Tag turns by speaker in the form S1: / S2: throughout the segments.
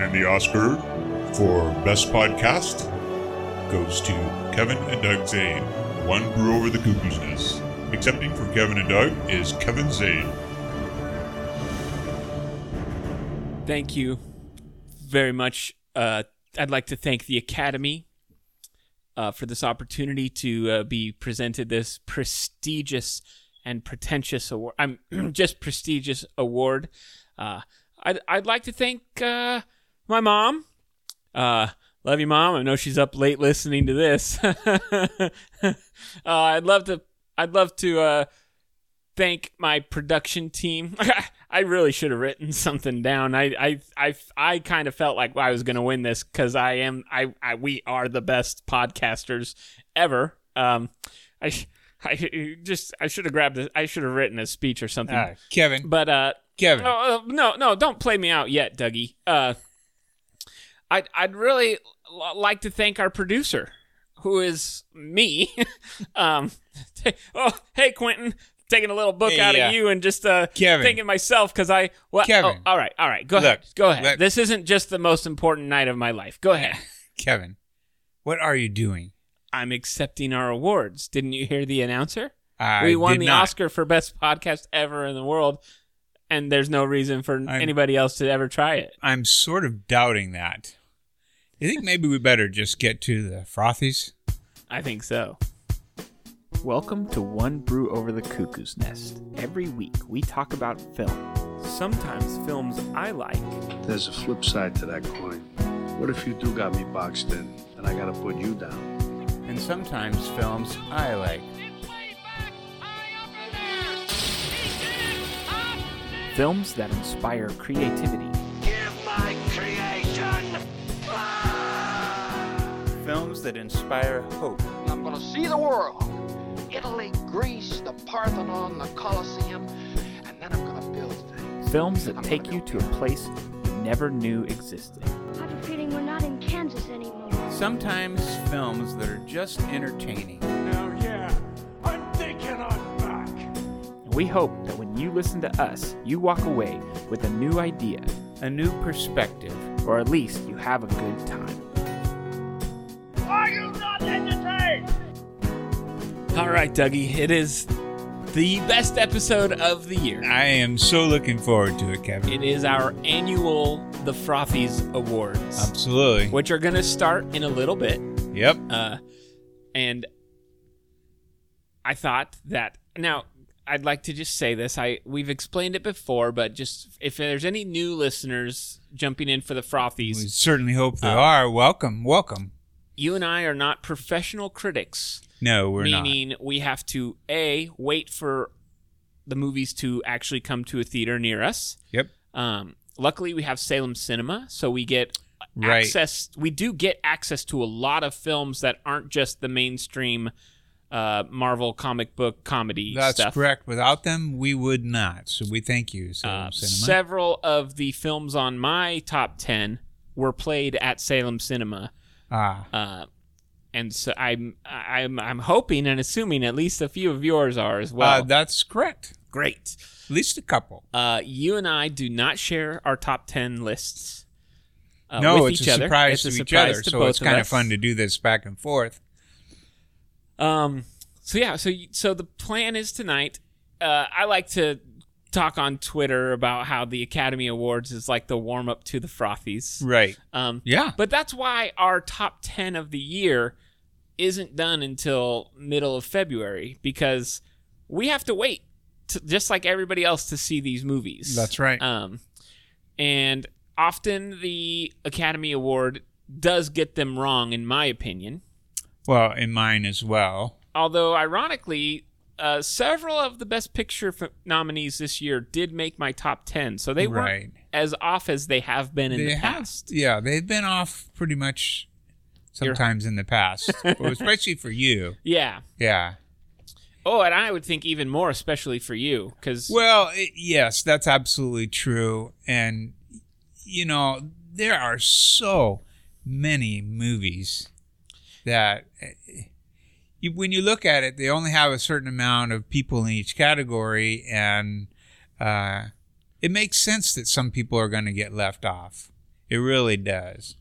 S1: And the Oscar for Best Podcast goes to Kevin and Doug Zane, One Brew Over the Cuckoo's Nest. Accepting for Kevin and Doug is Kevin Zane.
S2: Thank you very much. Uh, I'd like to thank the Academy uh, for this opportunity to uh, be presented this prestigious and pretentious award. I'm just prestigious award. Uh, I'd, I'd like to thank uh, my mom. Uh, love you, mom. I know she's up late listening to this. uh, I'd love to. I'd love to uh, thank my production team. I really should have written something down. I I I, I kind of felt like I was going to win this because I am I, I we are the best podcasters ever. Um, I I just I should have grabbed this. I should have written a speech or something.
S3: Ah, Kevin.
S2: But uh,
S3: Kevin.
S2: no, uh, no, no, don't play me out yet, Dougie. Uh, I'd I'd really l- like to thank our producer, who is me. um, t- oh, hey, Quentin, taking a little book
S3: Hey,
S2: out
S3: uh,
S2: of you and just uh,
S3: Kevin.
S2: thinking myself because I well,
S3: Kevin.
S2: oh, all right, all right, go
S3: Look,
S2: ahead, go ahead.
S3: let-
S2: this isn't just the most important night of my life. Go ahead.
S3: Kevin. What are you doing?
S2: I'm accepting our awards. Didn't you hear the announcer?
S3: I
S2: we won
S3: did
S2: the
S3: not.
S2: Oscar for best podcast ever in the world, and there's no reason for anybody else to ever try it.
S3: I'm sort of doubting that. You think maybe we better just get to the frothies?
S2: I think so.
S4: Welcome to One Brew Over the Cuckoo's Nest. Every week we talk about film.
S2: Sometimes films I like.
S5: There's a flip side to that coin. What if you do got me boxed in and I gotta put you down?
S6: and sometimes films I like.
S4: Films that inspire creativity.
S6: Films that inspire hope.
S7: Ah! I'm going to see the world. Italy, Greece, the Parthenon, the Colosseum, and then I'm going to build things.
S4: Films that
S7: I'm
S4: take
S7: gonna
S4: you
S7: go
S4: to a place you never knew existed.
S8: I have a feeling we're not in Kansas anymore.
S6: Sometimes films that are just entertaining.
S4: And we hope that when you listen to us, you walk away with a new idea,
S6: A new perspective.
S4: or at least you have a good time.
S2: All right, Dougie, it is the best episode of the year.
S3: I am so looking forward to it, Kevin.
S2: It is our annual The Frothies Awards,
S3: Absolutely.
S2: which are going to start in a little bit.
S3: Yep.
S2: Uh, and I thought that now I'd like to just say this. I we've explained it before, but just if there's any new listeners jumping in for the
S3: We
S2: frothies,
S3: certainly hope they are. Welcome, welcome.
S2: you and I are not professional critics.
S3: No, we're not.
S2: meaning we have to a wait for the movies to actually come to a theater near us.
S3: Yep.
S2: Um, luckily, we have Salem Cinema, so we get
S3: Right.
S2: access. We do get access to a lot of films that aren't just the mainstream uh, Marvel comic book comedy
S3: That's
S2: stuff.
S3: correct. Without them, we would not. So we thank you, Salem
S2: Uh,
S3: Cinema.
S2: several of the films on my top ten were played at Salem Cinema.
S3: ah,
S2: Uh, and so I'm I'm I'm hoping and assuming at least a few of yours are as well.
S3: uh, that's correct.
S2: Great.
S3: At least a couple.
S2: Uh, you and I do not share our top ten lists. Uh,
S3: no,
S2: with
S3: it's
S2: each
S3: a
S2: other.
S3: surprise
S2: It's
S3: to
S2: a
S3: each
S2: surprise
S3: other.
S2: to
S3: so
S2: both
S3: it's kind of
S2: us.
S3: fun to do this back and forth.
S2: Um. So yeah. So y- so the plan is tonight. Uh, I like to talk on Twitter about how the Academy Awards is like the warm up to the frothies.
S3: Right.
S2: Um.
S3: Yeah.
S2: But that's why our top ten of the year isn't done until middle of February because we have to wait, to, just like everybody else, to see these movies.
S3: That's right.
S2: Um, and often the Academy Award does get them wrong, in my opinion
S3: Well, in mine as well.
S2: although ironically uh, several of the best picture f- nominees this year did make my top 10 so they
S3: Right.
S2: weren't as off as they have been in the past
S3: Have, yeah, they've been off pretty much
S2: You're-
S3: sometimes in the past, Well, especially for you.
S2: yeah
S3: Yeah.
S2: oh and i would think even more especially for you because
S3: Well, it, yes, that's absolutely true. And, you know, there are so many movies that eh, you, when you look at it, they only have a certain amount of people in each category. And uh, it makes sense that some people are going to get left off. It really does.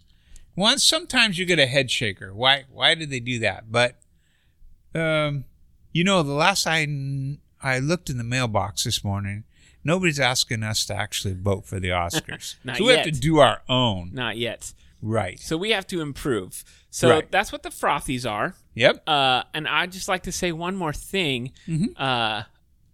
S3: Once, sometimes you get a head shaker. Why? Why did they do that? But, um, you know, the last I kn- I looked in the mailbox this morning, nobody's asking us to actually vote for the Oscars.
S2: Not
S3: so we have to
S2: yet.
S3: do our own.
S2: Not yet.
S3: Right.
S2: So we have to improve. So
S3: Right.
S2: that's what the frothies are.
S3: Yep.
S2: Uh, and I'd just like to say one more thing.
S3: Mm-hmm.
S2: Uh,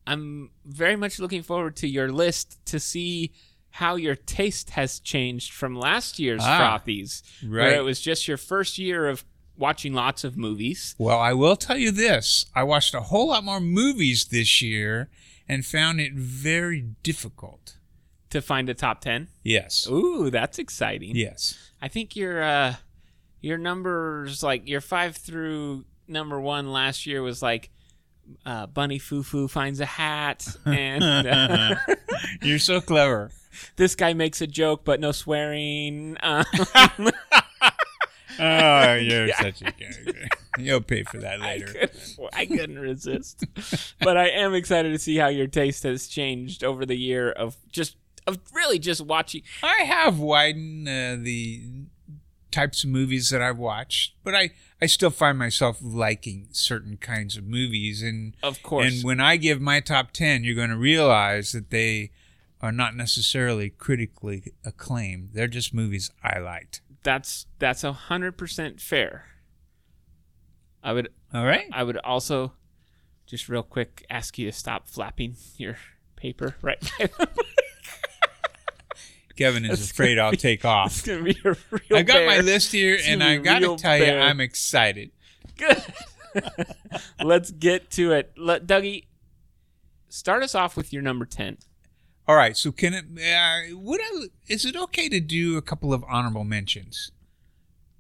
S2: I'm very much looking forward to your list to see how your taste has changed from last year's
S3: Ah,
S2: frothies,
S3: right.
S2: where it was just your first year of watching lots of movies.
S3: Well, I will tell you this. I watched a whole lot more movies this year and found it very difficult.
S2: To find a top ten.
S3: Yes.
S2: Ooh, that's exciting.
S3: Yes.
S2: I think your uh, your numbers like your five through number one last year was like uh, Bunny Foo Foo finds a hat and uh,
S3: You're so clever.
S2: this guy makes a joke but no swearing. Uh,
S3: Oh, you're such a character. You'll pay for that
S2: I,
S3: later.
S2: couldn't, I couldn't resist, but I am excited to see how your taste has changed over the year of just of really just watching.
S3: I have widened uh, the types of movies that I've watched, but I, I still find myself liking certain kinds of movies. And
S2: Of course.
S3: and when I give my top ten, you're going to realize that they are not necessarily critically acclaimed. They're just movies I liked.
S2: that's that's a hundred percent fair. I would
S3: All right.
S2: I would also just real quick ask you to stop flapping your paper right by the
S3: Kevin is afraid I'll take
S2: It's
S3: off.
S2: gonna be a real
S3: I got my
S2: bear.
S3: list here,
S2: It's
S3: and
S2: gonna
S3: I
S2: be
S3: got to
S2: real
S3: tell
S2: bear.
S3: you, I'm excited.
S2: Good. Let's get to it. Let Dougie start us off with your number ten.
S3: All right. So can it? Uh, would I? Is it okay to do a couple of honorable mentions?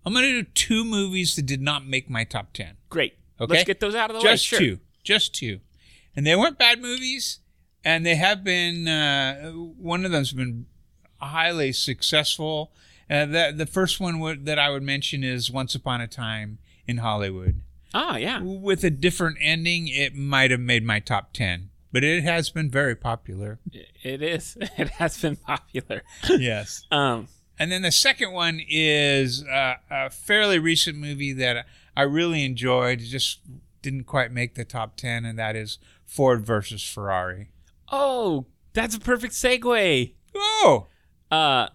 S3: I'm going to do two movies that did not make my top ten.
S2: Great.
S3: Okay.
S2: Let's get those out of the way.
S3: Just
S2: Oh, Sure.
S3: two. Just two. And they weren't bad movies, and they have been. Uh, one of them's been highly successful. Uh, the the first one would, that I would mention is Once Upon a Time in Hollywood.
S2: Ah, yeah.
S3: With a different ending, it might have made my top ten, but it has been very popular.
S2: It is. It has been popular.
S3: yes.
S2: Um,
S3: And then the second one is uh, a fairly recent movie that I really enjoyed. It just didn't quite make the top 10, and that is Ford versus Ferrari.
S2: oh, that's a perfect segue.
S3: Oh,
S2: Uh,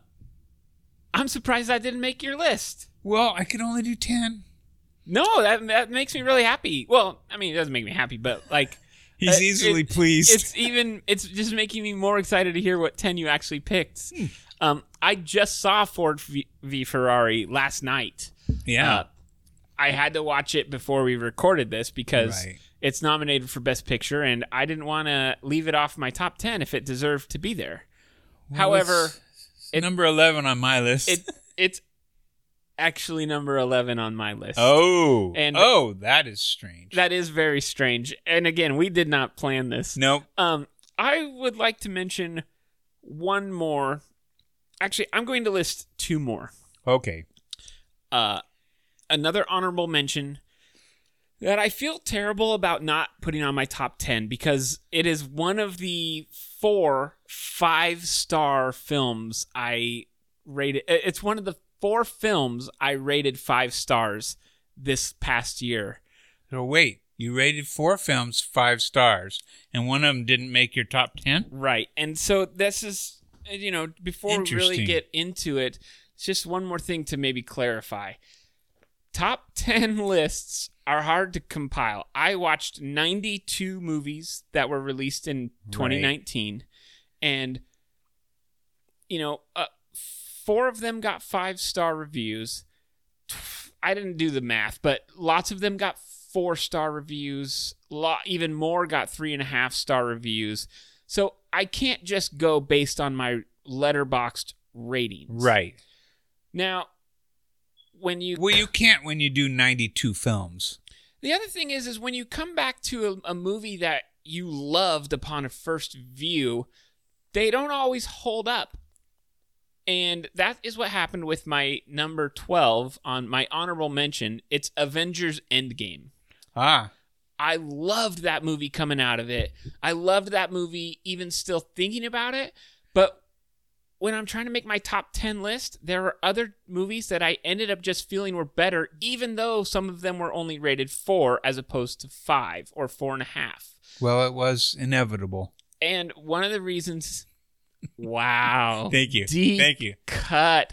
S2: I'm surprised I didn't make your list.
S3: well, I can only do 10.
S2: No, that that makes me really happy. Well, I mean, it doesn't make me happy, but like
S3: He's
S2: uh,
S3: easily
S2: it-
S3: pleased.
S2: It's even it's just making me more excited to hear what ten you actually picked.
S3: Hmm.
S2: Um, I just saw Ford v, v Ferrari last night.
S3: yeah.
S2: Uh, I had to watch it before we recorded this because
S3: Right.
S2: it's nominated for Best Picture, and I didn't want to leave it off my top ten if it deserved to be there. However, it-
S3: number 11 on my list.
S2: it it's actually number eleven on my list.
S3: oh,
S2: and-
S3: oh, that is strange.
S2: That is very strange. And again, we did not plan this.
S3: nope.
S2: Um, I would like to mention one more. Actually, I'm going to list two more.
S3: Okay.
S2: Uh, another honorable mention that I feel terrible about not putting on my top 10 because it is one of the four five star films I rated. it- It's one of the four films I rated five stars this past year.
S3: So wait, you rated four films five stars, and one of them didn't make your top 10?
S2: Right. And so this is, you know, before we really
S3: Interesting.
S2: get into it, it's just one more thing to maybe clarify. Top 10 lists are hard to compile. I watched 92 movies that were released in 2019, and, you know, uh, four of them got five star reviews. I didn't do the math, but lots of them got four star reviews. Lot even more got three and a half star reviews. So I can't just go based on my letterboxed ratings.
S3: Right.
S2: Now, when you
S3: Well, you can't when you do 92 films.
S2: the other thing is is when you come back to a, a movie that you loved upon a first view, they don't always hold up. And that is what happened with my number 12 on my honorable mention. It's Avengers Endgame.
S3: Ah,
S2: I loved that movie coming out of it. I loved that movie even still thinking about it. But when I'm trying to make my top 10 list, there are other movies that I ended up just feeling were better, even though some of them were only rated four as opposed to five or four and a half.
S3: Well, it was inevitable.
S2: And one of the reasons. Wow.
S3: Thank you.
S2: Oh. Deep
S3: Thank you.
S2: Cut.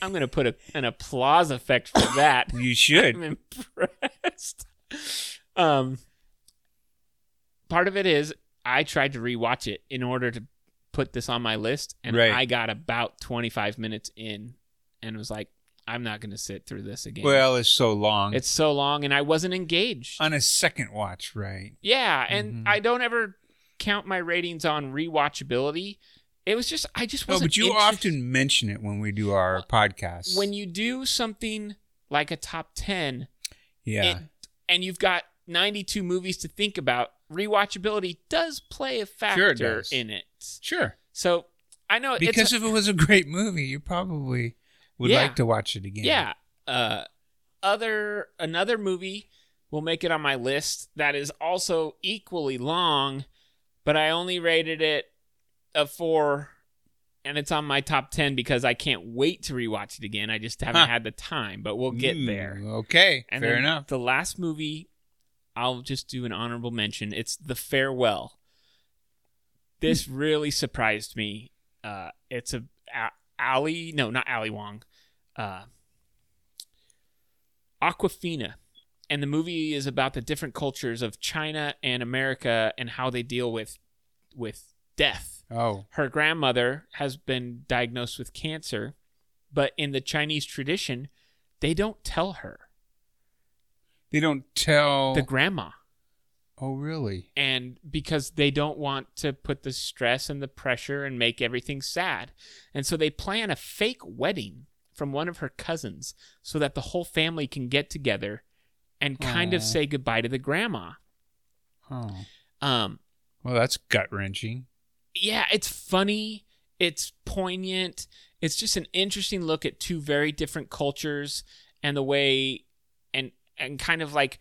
S2: I'm going to put a, an applause effect for that.
S3: You should.
S2: I'm impressed. Um, part of it is I tried to rewatch it in order to put this on my list, and
S3: Right.
S2: I got about 25 minutes in and was like, I'm not going to sit through this again.
S3: Well, it's so long.
S2: it's so long, and I wasn't engaged.
S3: on a second watch, right?
S2: yeah, and
S3: Mhm.
S2: I don't ever count my ratings on rewatchability. It was just I just
S3: No,
S2: wasn't.
S3: Oh, but you
S2: interest-
S3: often mention it when we do our podcasts.
S2: when you do something like a top 10
S3: yeah,
S2: and, and you've got 92 movies to think about, rewatchability does play a factor
S3: Sure it does.
S2: in it.
S3: sure.
S2: So I know it's
S3: Because if it was a great movie, you probably would
S2: Yeah.
S3: like to watch it again.
S2: yeah. Uh, other another movie will make it on my list that is also equally long, but I only rated it a four, and it's on my top 10 because I can't wait to rewatch it again. I just haven't
S3: Huh. Hmm.
S2: had the time, but we'll get
S3: Ooh,
S2: there.
S3: Okay,
S2: And
S3: fair
S2: then
S3: enough.
S2: The last movie, I'll just do an honorable mention. It's The Farewell. This
S3: Hmm.
S2: really surprised me. Uh, it's a, a Ali, no, not Ali Wong, uh, Aquafina, and the movie is about the different cultures of China and America and how they deal with with death
S3: Oh,
S2: her grandmother has been diagnosed with cancer, but in the Chinese tradition, they don't tell her,
S3: they don't tell.
S2: the grandma.
S3: oh, really?
S2: And because they don't want to put the stress and the pressure and make everything sad. And so they plan a fake wedding from one of her cousins so that the whole family can get together and kind of
S3: Aw.
S2: say goodbye to the grandma.
S3: Oh,
S2: Um,
S3: well, that's gut wrenching.
S2: yeah, it's funny, it's poignant, it's just an interesting look at two very different cultures and the way and and kind of like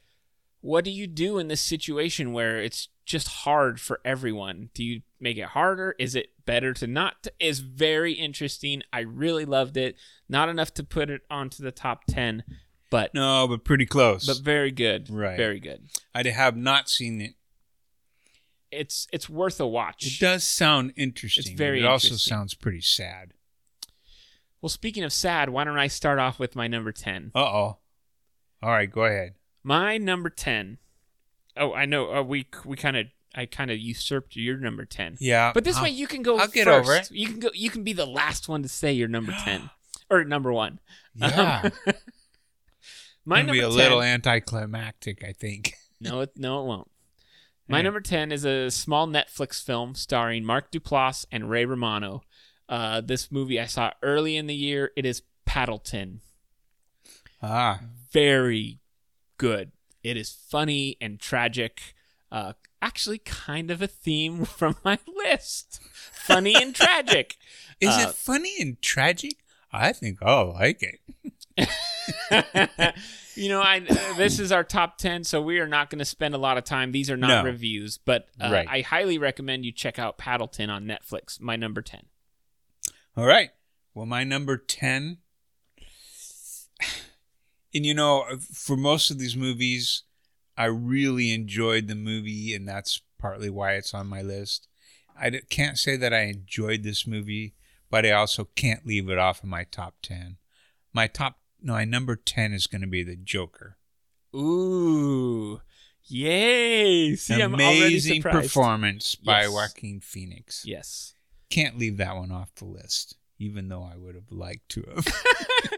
S2: what do you do in this situation where it's just hard for everyone? Do you make it harder? Is it better to not? To, is very interesting. I really loved it. Not enough to put it onto the top 10, but
S3: No, but pretty close.
S2: but very good.
S3: Right.
S2: Very good.
S3: I have not seen it.
S2: It's it's worth a watch.
S3: It does sound interesting. but
S2: very
S3: It also
S2: interesting.
S3: sounds pretty sad.
S2: Well, speaking of sad, why don't I start off with my number 10?
S3: Uh oh. All right, go ahead.
S2: My number ten. Oh, I know. Uh, we we kind of I kind of usurped your number ten.
S3: Yeah,
S2: But this
S3: I'll-
S2: way you can go.
S3: I'll get
S2: first.
S3: over it.
S2: You can go. You can be the last one to say your number ten or number one.
S3: Yeah,
S2: My
S3: Gonna
S2: number
S3: be a
S2: 10,
S3: little anticlimactic, I think.
S2: No, it no, it won't. My
S3: Hmm.
S2: number ten is a small Netflix film starring Mark Duplass and Ray Romano. Uh, this movie I saw early in the year. It is Paddleton.
S3: Ah,
S2: very good. It is funny and tragic. Uh, actually, kind of a theme from my list. Funny and tragic.
S3: is
S2: Uh,
S3: it funny and tragic? I think I'll like it.
S2: you know, I uh, this is our top ten, so we are not going to spend a lot of time. These are not
S3: No.
S2: reviews, but uh,
S3: Right.
S2: I highly recommend you check out Paddleton on Netflix. My number ten.
S3: All right. Well, my number 10. And you know, for most of these movies, I really enjoyed the movie, and that's partly why it's on my list. I d- can't say that I enjoyed this movie, but I also can't leave it off of my top 10. My top, no, my number 10 is going to be The Joker.
S2: Ooh, yay! See, I'm already
S3: Amazing
S2: surprised.
S3: performance by
S2: Yes.
S3: Joaquin Phoenix.
S2: Yes,
S3: Can't leave that one off the list, even though I would have liked to have.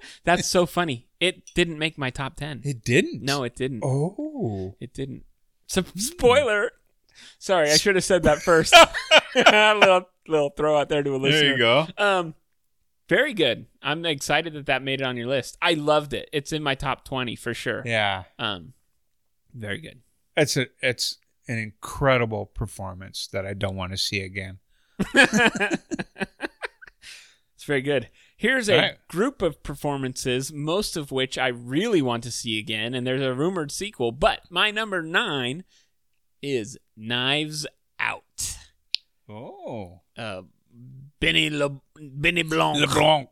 S2: that's so funny. It didn't make my top ten.
S3: it didn't.
S2: no, it didn't.
S3: Oh.
S2: It didn't. So, spoiler. Sorry, I should have said that first. little little throw out there to a listener.
S3: go.
S2: Um, very good. I'm excited that that made it on your list. I loved it. It's in my top 20 for sure.
S3: Yeah.
S2: Um, very good.
S3: It's a it's an incredible performance that I don't want to see again.
S2: It's very good. Here's a
S3: All right.
S2: group of performances, most of which I really want to see again, and there's a rumored sequel. But my number nine is Knives Out.
S3: Oh.
S2: uh, Benny Le- Benny Blanc.
S3: LeBlanc.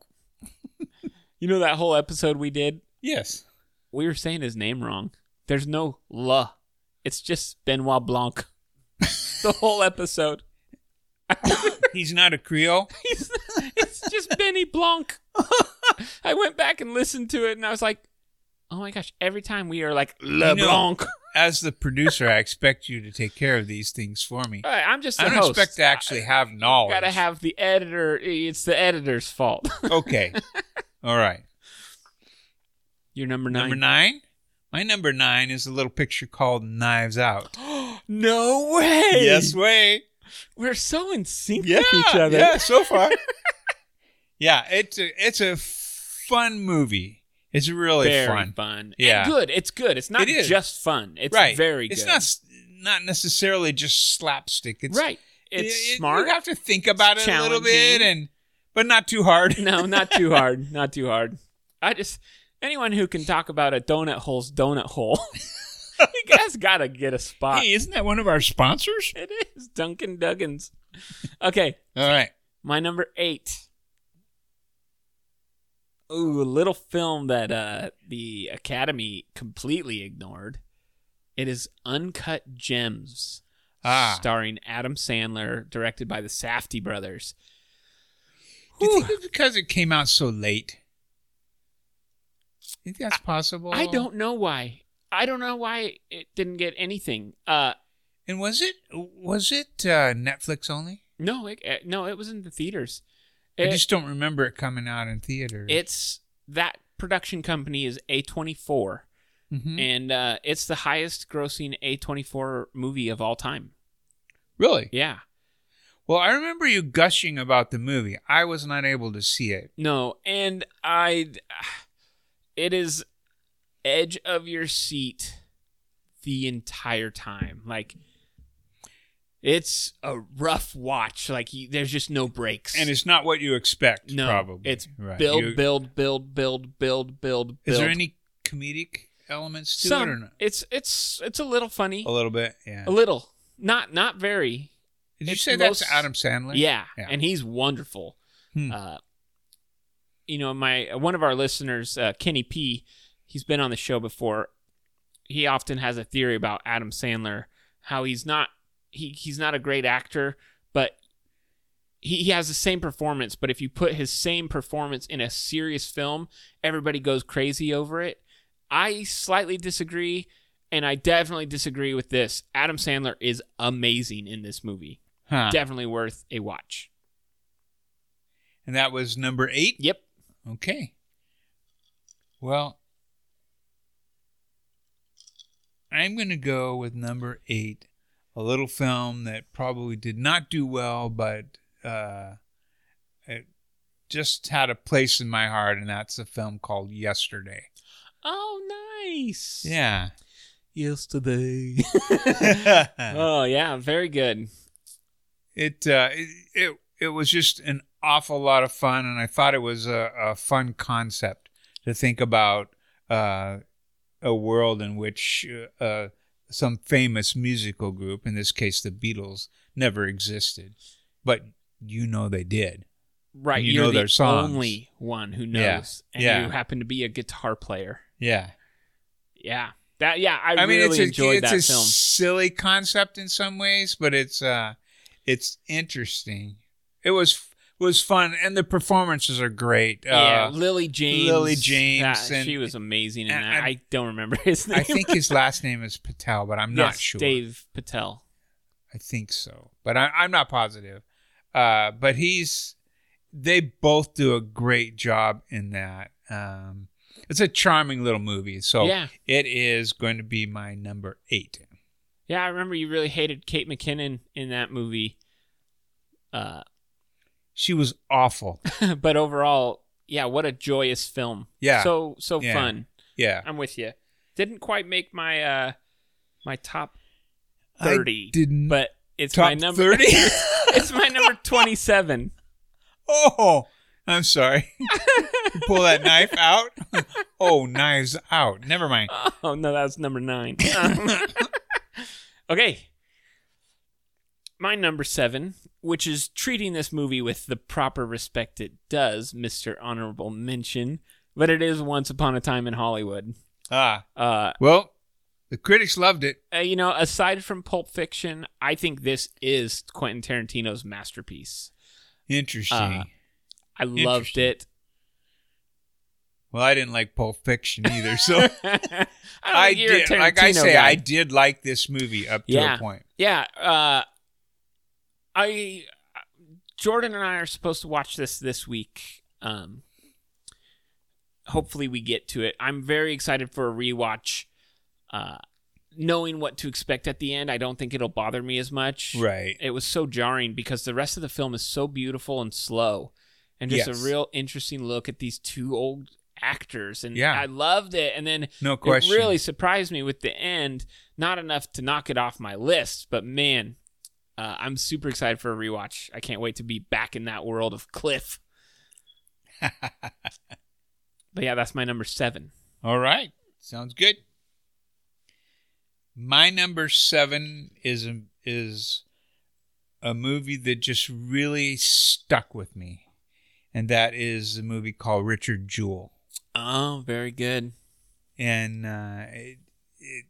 S2: You know that whole episode we did?
S3: Yes.
S2: We were saying his name wrong. There's no La. It's just Benoit Blanc. the whole episode.
S3: He's not a Creole.
S2: He's, it's just Benny Blanc. I went back and listened to it, and I was like, "Oh my gosh!" Every time we are like Le
S3: You know-
S2: Blanc.
S3: As the producer, I expect you to take care of these things for me.
S2: All right, I'm just.
S3: I
S2: the
S3: don't
S2: host.
S3: expect to actually have
S2: I
S3: knowledge.
S2: gotta have the editor. It's the editor's fault.
S3: Okay. All right.
S2: You're number nine.
S3: Number nine. My number nine is a little picture called "Knives Out."
S2: No way.
S3: Yes way.
S2: We're so in sync with each other.
S3: Yeah, so far. yeah, it's a, it's a fun movie. It's really
S2: very
S3: fun.
S2: fun.
S3: Yeah.
S2: And good. It's good. It's not
S3: It is.
S2: just fun. It's
S3: right.
S2: very good.
S3: It's not s- not necessarily just slapstick. It's
S2: right.
S3: it-
S2: It's
S3: it-
S2: smart.
S3: You have to think about it a little bit
S2: challenging.
S3: and but not too hard.
S2: no, not too hard. Not too hard. I just anyone who can talk about a donut hole's donut hole, you guys gotta get a spot.
S3: hey, isn't that one of our sponsors?
S2: It is Duncan Duggins. Okay,
S3: All right.
S2: my number eight. Ooh, a little film that uh, the Academy completely ignored. It is Uncut Gems,
S3: Ah.
S2: starring Adam Sandler, directed by the Safdie brothers.
S3: Do you think it's because it came out so late? You think that's possible?
S2: I don't know why. I don't know why it didn't get anything. Uh,
S3: And was it was it uh, Netflix only?
S2: no, it, uh, no, it was in the theaters.
S3: I
S2: It-
S3: just don't remember it coming out in theaters.
S2: it's that production company is A24,
S3: Mhm.
S2: and uh, it's the highest grossing A24 movie of all time.
S3: really
S2: Yeah.
S3: well. I remember you gushing about the movie. I was not able to see it.
S2: No, and I. It is edge of your seat the entire time. Like, it's a rough watch. Like, you, there's just no breaks.
S3: And it's not what you expect.
S2: no,
S3: probably
S2: it's
S3: Right.
S2: build,
S3: You-
S2: build, build, build, build, build, build.
S3: Is there any comedic elements to
S2: Some,
S3: it or not? Oh,
S2: It's it's it's a little funny,
S3: A little bit, yeah.
S2: a little, not not very.
S3: Did you
S2: it's
S3: say that's
S2: most-
S3: Adam Sandler?
S2: Yeah,
S3: Yeah.
S2: and he's wonderful.
S3: Hmm.
S2: Uh, you know, my one of our listeners, uh, Kenny P, he's been on the show before. He often has a theory about Adam Sandler, how he's not he he's not a great actor, but he, he has the same performance. But if you put his same performance in a serious film, everybody goes crazy over it. I slightly disagree, and I definitely disagree with this. Adam Sandler is amazing in this movie
S3: Huh.
S2: definitely worth a watch.
S3: and that was number eight.
S2: Yep.
S3: Okay. Well, I'm going to go with number eight, a little film that probably did not do well, but uh, it just had a place in my heart, and that's a film called Yesterday.
S2: Oh, nice.
S3: Yeah.
S2: Yesterday.
S3: it,
S2: oh, yeah. Very good.
S3: uh, it it it was just an awful lot of fun, and I thought it was a, a fun concept to think about uh, a world in which uh, uh, some famous musical group, in this case the Beatles, never existed, but you know they did.
S2: Right.
S3: You
S2: are
S3: know
S2: the
S3: their songs.
S2: only one who knows.
S3: Yeah.
S2: And
S3: Yeah.
S2: you happen to be a guitar player.
S3: Yeah,
S2: Yeah. That, yeah, I,
S3: mean
S2: really
S3: it's a,
S2: enjoyed
S3: it's
S2: that
S3: a
S2: film.
S3: silly concept in some ways, but it's uh, it's interesting. It was was fun, and the performances are great.
S2: yeah,
S3: uh,
S2: Lily James.
S3: Lily James
S2: Yeah,
S3: and-
S2: she was amazing in
S3: and
S2: that.
S3: I-
S2: I, don't remember his name.
S3: I think his last name is Patel, but I'm not
S2: Yes,
S3: sure.
S2: Dave Patel.
S3: I think so, but I, I'm not positive. Uh, but he's, they both do a great job in that. Um, it's a charming little movie, so
S2: Yeah.
S3: it is going to be my number eight.
S2: Yeah, I remember you really hated Kate McKinnon in that movie. Uh,
S3: She was awful.
S2: but overall, yeah, what a joyous film.
S3: Yeah.
S2: So so
S3: Yeah.
S2: fun.
S3: Yeah,
S2: I'm with you. Didn't quite make my uh my top
S3: I
S2: 30.
S3: didn't.
S2: But it's
S3: top
S2: my number
S3: thirty.
S2: It's my number 27.
S3: oh, I'm sorry. Pull that knife out. oh, knives out. Never mind.
S2: Oh no, that's number 9. Um, okay. my number seven, which is treating this movie with the proper respect it does, Mr. Honorable Mention, but it is Once Upon a Time in Hollywood.
S3: Ah,
S2: Uh,
S3: well, the critics loved it.
S2: uh, you know, aside from Pulp Fiction, I think this is Quentin Tarantino's masterpiece.
S3: Interesting.
S2: Uh, I loved
S3: Interesting.
S2: it.
S3: well, I didn't like Pulp Fiction either, so
S2: I, don't think
S3: I
S2: you're a
S3: did. Like I
S2: Tarantino
S3: say,
S2: guy.
S3: I did like this movie up to
S2: Yeah.
S3: a point.
S2: Yeah, uh, I Jordan and I are supposed to watch this this week. Um, hopefully, we get to it. I'm very excited for a rewatch. Uh, knowing what to expect at the end, I don't think it'll bother me as much.
S3: Right.
S2: It was so jarring because the rest of the film is so beautiful and slow, and just
S3: Yes.
S2: a real interesting look at these two old actors. And
S3: Yeah.
S2: I loved it. And then
S3: No question.
S2: it really surprised me with the end. Not enough to knock it off my list, but man, uh, I'm super excited for a rewatch. I can't wait to be back in that world of Cliff. But yeah, that's my number seven.
S3: All right. Sounds good. My number seven is a, is a movie that just really stuck with me, and that is a movie called Richard Jewell.
S2: Oh, very good.
S3: and uh, it, it,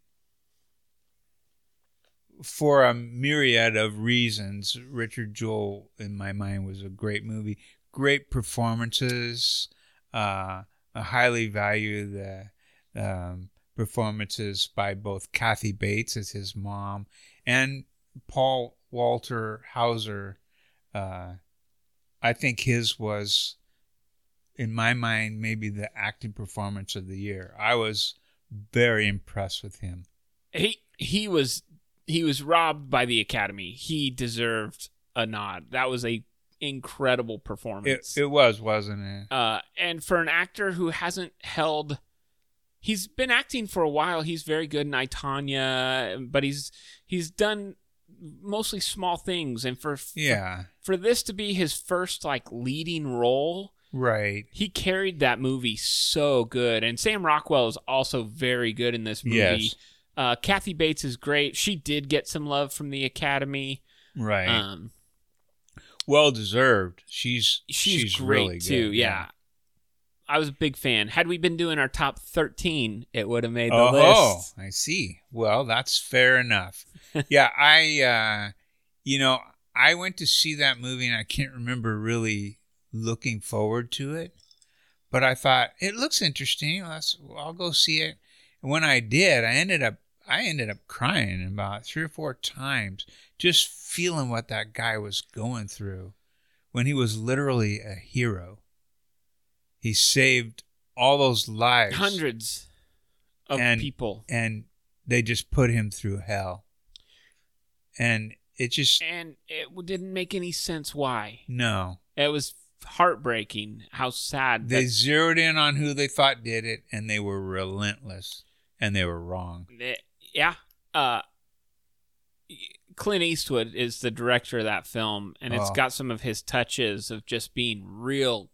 S3: for a myriad of reasons, Richard Jewell in my mind was a great movie, great performances. Uh, I highly value the um, performances by both Kathy Bates as his mom and Paul Walter Hauser. Uh, I think his was in my mind, maybe the acting performance of the year. I was very impressed with him.
S2: He he was he was robbed by the Academy. He deserved a nod. That was a incredible
S3: It,
S2: performance.
S3: it was, wasn't it?
S2: uh, and for an actor who hasn't held he's been acting for a while he's very good in itanya but he's he's done mostly small things and for
S3: Yeah,
S2: for this to be his first like leading role
S3: right.
S2: he carried that movie so good and sam rockwell is also very good in this movie
S3: Yes.
S2: uh, kathy bates is great she did get some love from the academy
S3: Right.
S2: um,
S3: well deserved. She's
S2: she's, great
S3: really good,
S2: too. Yeah. I was a big fan. Had we been doing our top 13, it would have made the
S3: oh,
S2: list.
S3: I see. Well, that's fair enough. yeah, I, uh, you know, I went to see that movie and I can't remember really looking forward to it, but I thought it looks interesting. Let's, I'll go see it. And when I did, I ended up, I ended up crying about three or four times, just feeling what that guy was going through when he was literally a hero. He saved all those lives
S2: Hundreds of
S3: And-
S2: people.
S3: and they just put him through hell. And it just
S2: And it w- didn't make any sense why.
S3: no.
S2: It was heartbreaking how sad.
S3: They
S2: That,
S3: zeroed in on who they thought did it and they were relentless and they were wrong.
S2: that- yeah. Uh, Clint Eastwood is the director of that film, and it's
S3: Oh.
S2: got some of his touches of just being real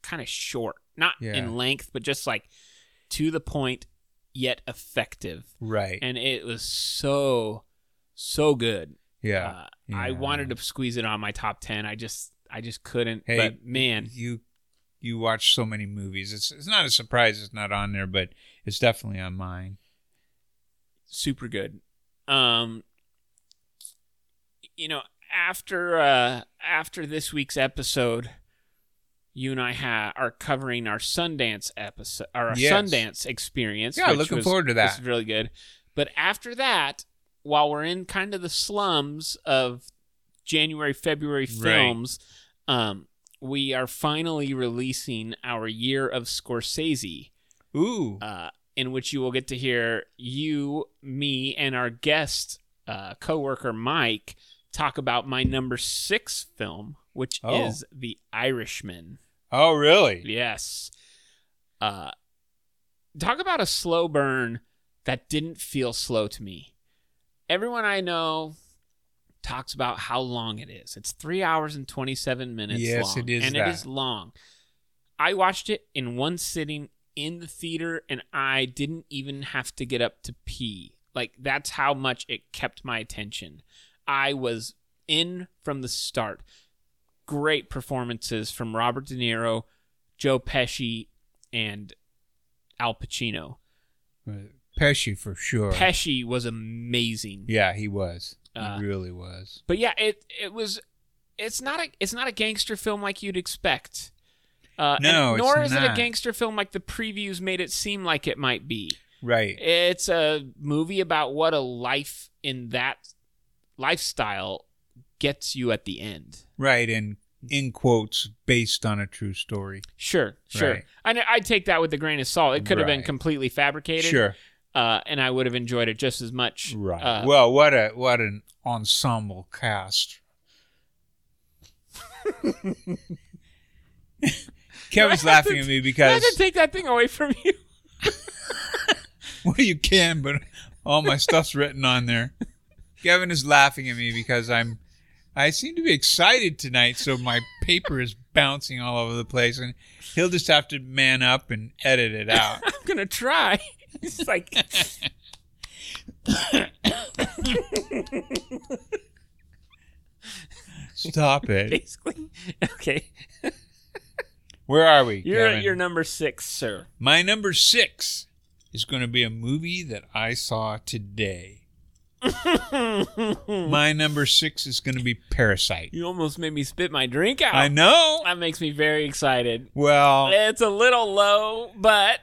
S2: kind of short. Not
S3: Yeah.
S2: in length, but just like to the point, yet effective.
S3: Right.
S2: and it was so so good.
S3: yeah.
S2: Uh, I
S3: Yeah.
S2: wanted to squeeze it on my top ten. I just I just couldn't.
S3: Hey,
S2: but man,
S3: you you watch so many movies. It's it's not a surprise it's not on there, but it's definitely on mine.
S2: super good. Um, you know, after uh after this week's episode, you and I ha- are covering our Sundance episode, our
S3: Yes.
S2: Sundance experience.
S3: Yeah,
S2: which
S3: looking
S2: was-
S3: forward to that.
S2: was really good. But after that, while we're in kind of the slums of January, February
S3: Right.
S2: films, um, we are finally releasing our year of Scorsese
S3: Ooh.
S2: uh, in which you will get to hear you, me, and our guest uh, coworker Mike talk about my number six film, which
S3: Oh.
S2: is The Irishman.
S3: oh really?
S2: Yes. Uh, talk about a slow burn that didn't feel slow to me. Everyone I know talks about how long it is. It's three hours and 27 minutes
S3: Yes,
S2: long.
S3: it is
S2: And
S3: that.
S2: it is long. I watched it in one sitting in the theater, and I didn't even have to get up to pee. Like, that's how much it kept my attention. I was in from the start. Great performances from Robert De Niro, Joe Pesci, and Al Pacino.
S3: Right. Pesci for sure.
S2: Pesci was amazing.
S3: Yeah, he was.
S2: Uh,
S3: he really was.
S2: But yeah, it it was it's not a it's not a gangster film like you'd expect. Uh,
S3: No,
S2: and
S3: it's
S2: nor is it a
S3: not.
S2: gangster film like the previews made it seem like it might be.
S3: Right.
S2: It's a movie about what a life in that lifestyle gets you at the end.
S3: Right. And in quotes, based on a true story.
S2: Sure, sure.
S3: Right.
S2: I I'd take that with a grain of salt. It could have been
S3: Right.
S2: completely fabricated.
S3: Sure.
S2: uh, and I would have enjoyed it just as much.
S3: Right.
S2: Uh,
S3: well, what a what an ensemble cast. Kevin's laughing at me
S2: I
S3: because
S2: didn't take that thing away from you.
S3: well, you can, but all my stuff's written on there. Kevin is laughing at me because I'm I seem to be excited tonight, so my paper is bouncing all over the place, and he'll just have to man up and edit it out.
S2: I'm gonna try. It's like
S3: Stop it.
S2: basically okay.
S3: Where are we?
S2: You're
S3: Kevin?
S2: you're number six, sir.
S3: My number six is going to be a movie that I saw today. My number six is going to be Parasite.
S2: You almost made me spit my drink out.
S3: I know. Oh.
S2: That makes me very excited.
S3: Well,
S2: It's a little low, but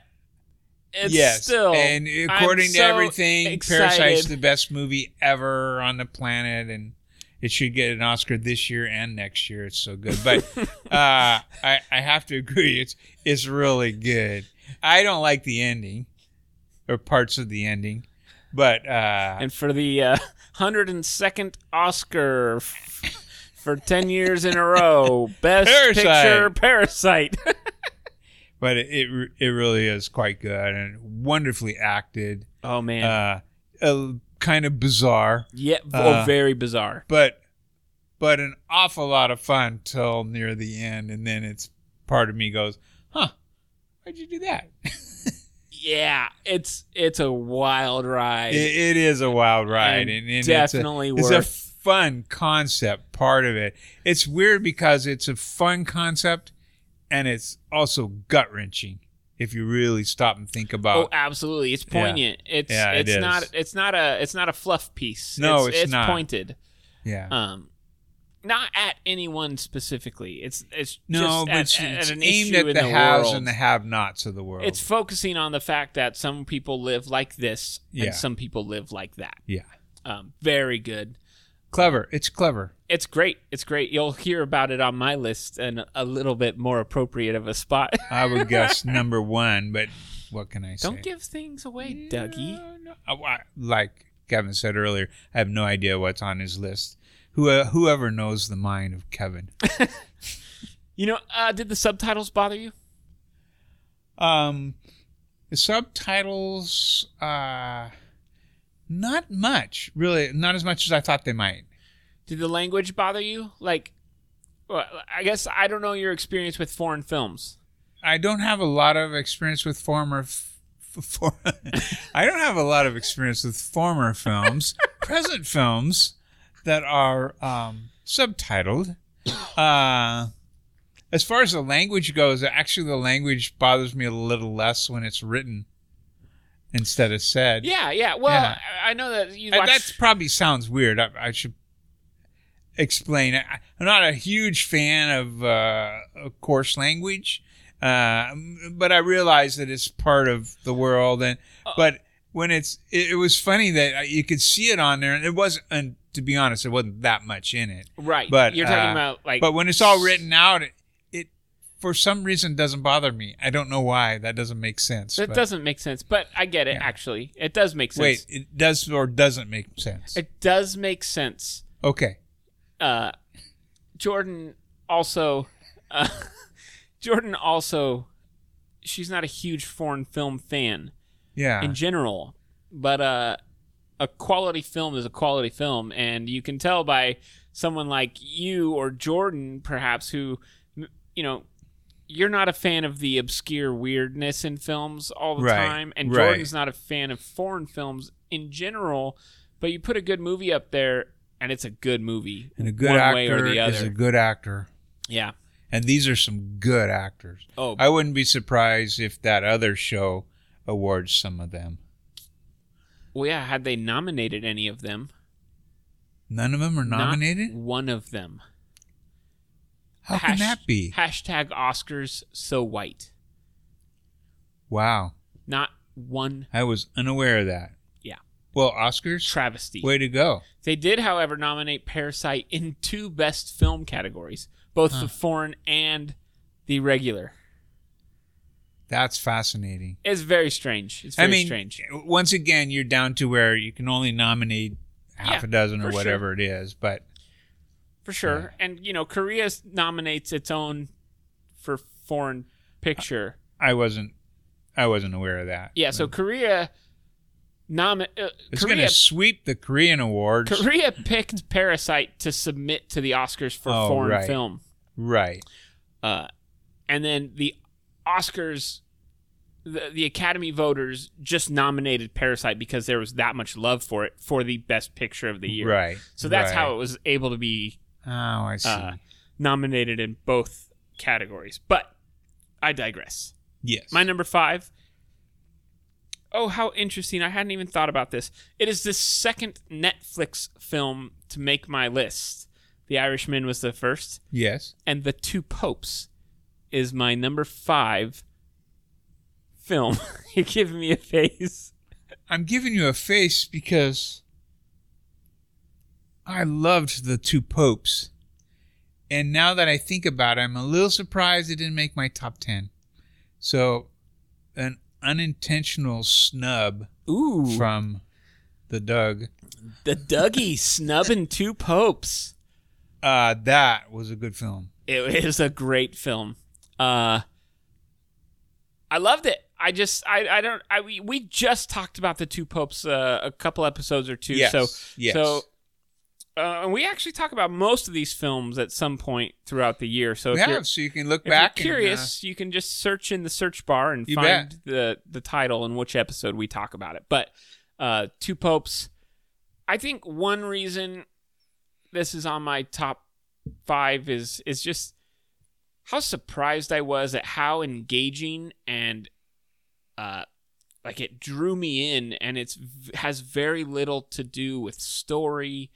S2: it's
S3: yes.
S2: still.
S3: and
S2: I'm
S3: according to
S2: so
S3: everything,
S2: excited.
S3: Parasite's the best movie ever on the planet, and it should get an Oscar this year and next year. It's so good. But uh, I, I have to agree, it's it's really good. I don't like the ending or parts of the ending, but uh,
S2: And for the uh, 102nd Oscar f- for 10 years in a row, Best
S3: Parasite.
S2: Picture Parasite.
S3: but it, it re- it really is quite good and wonderfully acted.
S2: oh, man.
S3: Uh, a, kind of bizarre,
S2: yeah.
S3: uh,
S2: oh, very bizarre.
S3: but but an awful lot of fun till near the end, and then it's part of me goes, huh, why'd you do that?
S2: Yeah. It's it's a wild ride.
S3: It, it is a wild ride,
S2: And
S3: and, and
S2: definitely
S3: it's a,
S2: worth-
S3: It's a fun concept. Part of it, it's weird because it's a fun concept, and it's also gut wrenching if you really stop and think about.
S2: Oh, absolutely! It's poignant. It's
S3: Uh, Yeah, it
S2: it's
S3: is.
S2: not it's not a it's not a fluff piece.
S3: No,
S2: it's,
S3: it's not.
S2: pointed.
S3: yeah.
S2: Um, not at anyone specifically. It's it's just
S3: No, but
S2: at,
S3: it's,
S2: at
S3: it's
S2: an
S3: aimed
S2: issue
S3: at
S2: in
S3: the, haves
S2: world.
S3: and the have-nots of the world.
S2: It's focusing on the fact that some people live like this
S3: Yeah.
S2: and some people live like that.
S3: yeah,
S2: Um, very good.
S3: clever. It's clever.
S2: It's great. It's great. You'll hear about it on my list in a little bit more appropriate of a spot.
S3: I would guess number one, but what can I say?
S2: Don't give things away, Dougie.
S3: No, no. I- I- like Kevin said earlier, I have no idea what's on his list. Who, uh, whoever knows the mind of Kevin.
S2: You know, uh, did the subtitles bother you?
S3: Um, the subtitles, uh, not much really, not as much as I thought they might.
S2: Did the language bother you? Like, well, I guess I don't know your experience with foreign films.
S3: I don't have a lot of experience with former. F- f- for- I don't have a lot of experience with former films, present films that are um, subtitled. Uh, as far as the language goes, actually, the language bothers me a little less when it's written instead of said.
S2: Yeah, yeah. Well,
S3: Yeah. Uh,
S2: I, I know that you
S3: I-
S2: watched.
S3: that probably sounds weird. I, I should explain. I, I'm not a huge fan of, uh, of course language, uh, but I realize that it's part of the world. And but when it's, it, it was funny that uh, you could see it on there, and it wasn't. And to be honest, it wasn't that much in it.
S2: right.
S3: But
S2: you're talking
S3: uh,
S2: about like.
S3: But when it's all written out, it, it for some reason doesn't bother me. I don't know why. That doesn't make sense.
S2: That
S3: but-
S2: doesn't make sense, but I get it.
S3: Yeah.
S2: Actually, it does make sense.
S3: Wait, it does or doesn't make sense.
S2: It does make sense.
S3: okay.
S2: Uh, Jordan also, uh, Jordan also, she's not a huge foreign film fan
S3: Yeah.
S2: in general, but uh, a quality film is a quality film, and you can tell by someone like you or Jordan, perhaps, who, m- you know. You're not a fan of the obscure weirdness in films all the
S3: Right,
S2: time, and
S3: right.
S2: Jordan's not a fan of foreign films in general. But you put a good movie up there, and it's a good movie.
S3: And a good
S2: one
S3: actor
S2: way or the
S3: is
S2: other.
S3: a good actor.
S2: yeah.
S3: And these are some good actors.
S2: Oh,
S3: I wouldn't be surprised if that other show awards some of them.
S2: well, yeah. Had they nominated any of them?
S3: None of them are
S2: Not
S3: nominated?
S2: one of them.
S3: How can
S2: Hash-
S3: that be?
S2: Hashtag Oscars so white.
S3: Wow.
S2: Not one
S3: I was unaware of that.
S2: Yeah.
S3: Well, Oscars,
S2: travesty.
S3: way to go.
S2: They did, however, nominate Parasite in two best film categories, both the foreign and the regular.
S3: That's fascinating.
S2: It's very strange. It's very
S3: I mean,
S2: strange.
S3: once again, you're down to where you can only nominate half
S2: Yeah,
S3: a dozen
S2: for
S3: or
S2: sure.
S3: whatever it is, but
S2: For sure. And, you know, Korea s- nominates its own for foreign picture.
S3: I wasn't I wasn't aware of that.
S2: yeah, so Korea nomi- uh,
S3: It's going
S2: Korea
S3: to sweep the Korean awards.
S2: Korea picked Parasite to submit to the Oscars for
S3: Oh,
S2: foreign
S3: right.
S2: film.
S3: right.
S2: Uh, and then the Oscars, the, the Academy voters just nominated Parasite because there was that much love for it for the best picture of the year.
S3: Right.
S2: So that's
S3: right.
S2: how it was able to be
S3: Oh, I see.
S2: uh, nominated in both categories. But I digress.
S3: yes.
S2: My number five. Oh, how interesting. I hadn't even thought about this. It is the second Netflix film to make my list. The Irishman was the first
S3: yes.
S2: and the two popes is my number five film you're giving me a face
S3: I'm giving you a face because I loved the two popes. And now that I think about it, I'm a little surprised it didn't make my top 10. So, an unintentional snub
S2: ooh
S3: from the Doug.
S2: the dougie snubbing two popes
S3: Uh, that was a good film.
S2: it is a great film uh i loved it i just i i don't i we, we just talked about the two popes uh, a couple episodes or two
S3: Yes,
S2: so
S3: yes.
S2: so uh, and we actually talk about most of these films at some point throughout the year so if
S3: yeah,
S2: you're
S3: so you can look
S2: If
S3: back. uh,
S2: you're curious, you can just search in the search bar and
S3: You
S2: find the the title and which episode we talk about it. But uh, two popes. I think one reason this is on my top five is is just how surprised I was at how engaging and uh, like it drew me in, and it's v- has very little to do with story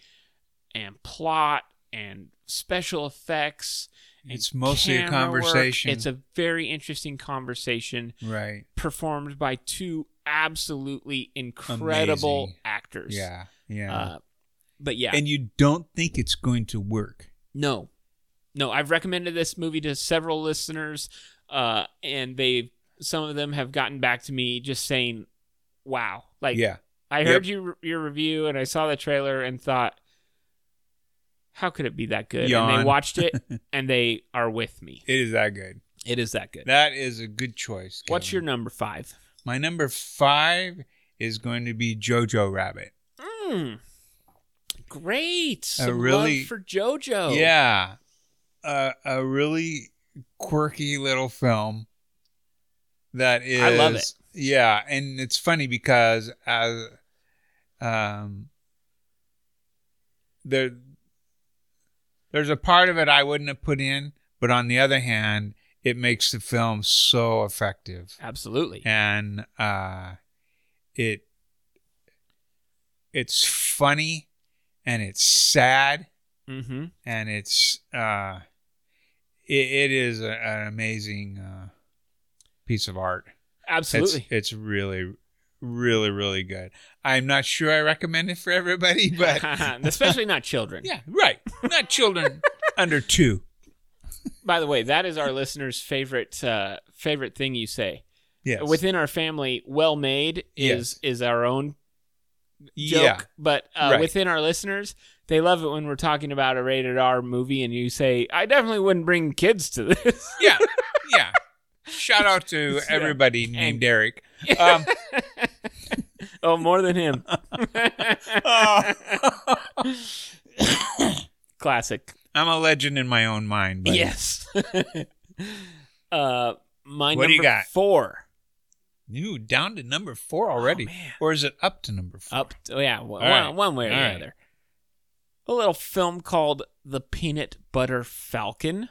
S2: and plot and special effects. and
S3: It's mostly a
S2: camera work.
S3: conversation.
S2: It's a very interesting conversation
S3: uh, right.
S2: performed by two absolutely incredible
S3: Amazing.
S2: actors.
S3: Yeah. Yeah.
S2: Uh, but yeah,
S3: And you don't think it's going to work.
S2: no, no. I've recommended this movie to several listeners, uh, and they some of them have gotten back to me just saying, "Wow!" Like,
S3: yeah.
S2: I
S3: Yep.
S2: heard you your review and I saw the trailer and thought, "How could it be that good?" And they
S3: Yawn.
S2: watched it and they are with me.
S3: It is that good.
S2: It is that good.
S3: That is a good choice.
S2: What's your
S3: Kevin.
S2: number five?
S3: My number five is going to be Jojo Rabbit.
S2: Mm. Great. Some
S3: really-
S2: love for JoJo.
S3: Yeah. Uh, a really quirky little film that is.
S2: I love it.
S3: Yeah. And it's funny because as. Um, there, there's a part of it I wouldn't have put in, but on the other hand, it makes the film so effective.
S2: Absolutely.
S3: and uh, it it's funny and it's sad
S2: Mm-hmm.
S3: and it's uh, it, it is a, an amazing uh, piece of art.
S2: Absolutely.
S3: It's, it's really, really, really good. I'm not sure I recommend it for everybody, but
S2: Especially not children.
S3: yeah, right, not children under two.
S2: By the way, that is our listeners' favorite uh, favorite thing you say.
S3: Yes.
S2: Within our family, well made is is our own joke,
S3: yeah,
S2: but uh,
S3: Right.
S2: within our listeners, they love it when we're talking about a rated R movie and you say, "I definitely wouldn't bring kids to this."
S3: yeah, yeah. Shout out to everybody named Eric. Um,
S2: oh, more than him. Classic.
S3: I'm a legend in my own mind. But
S2: Yes. uh, my
S3: What
S2: number
S3: do you got?
S2: four.
S3: You down to number four already,
S2: Oh, man.
S3: or is it up to number four?
S2: Up. oh, yeah. One,
S3: right.
S2: one way or
S3: All
S2: the
S3: right.
S2: other. a little film called The Peanut Butter Falcon.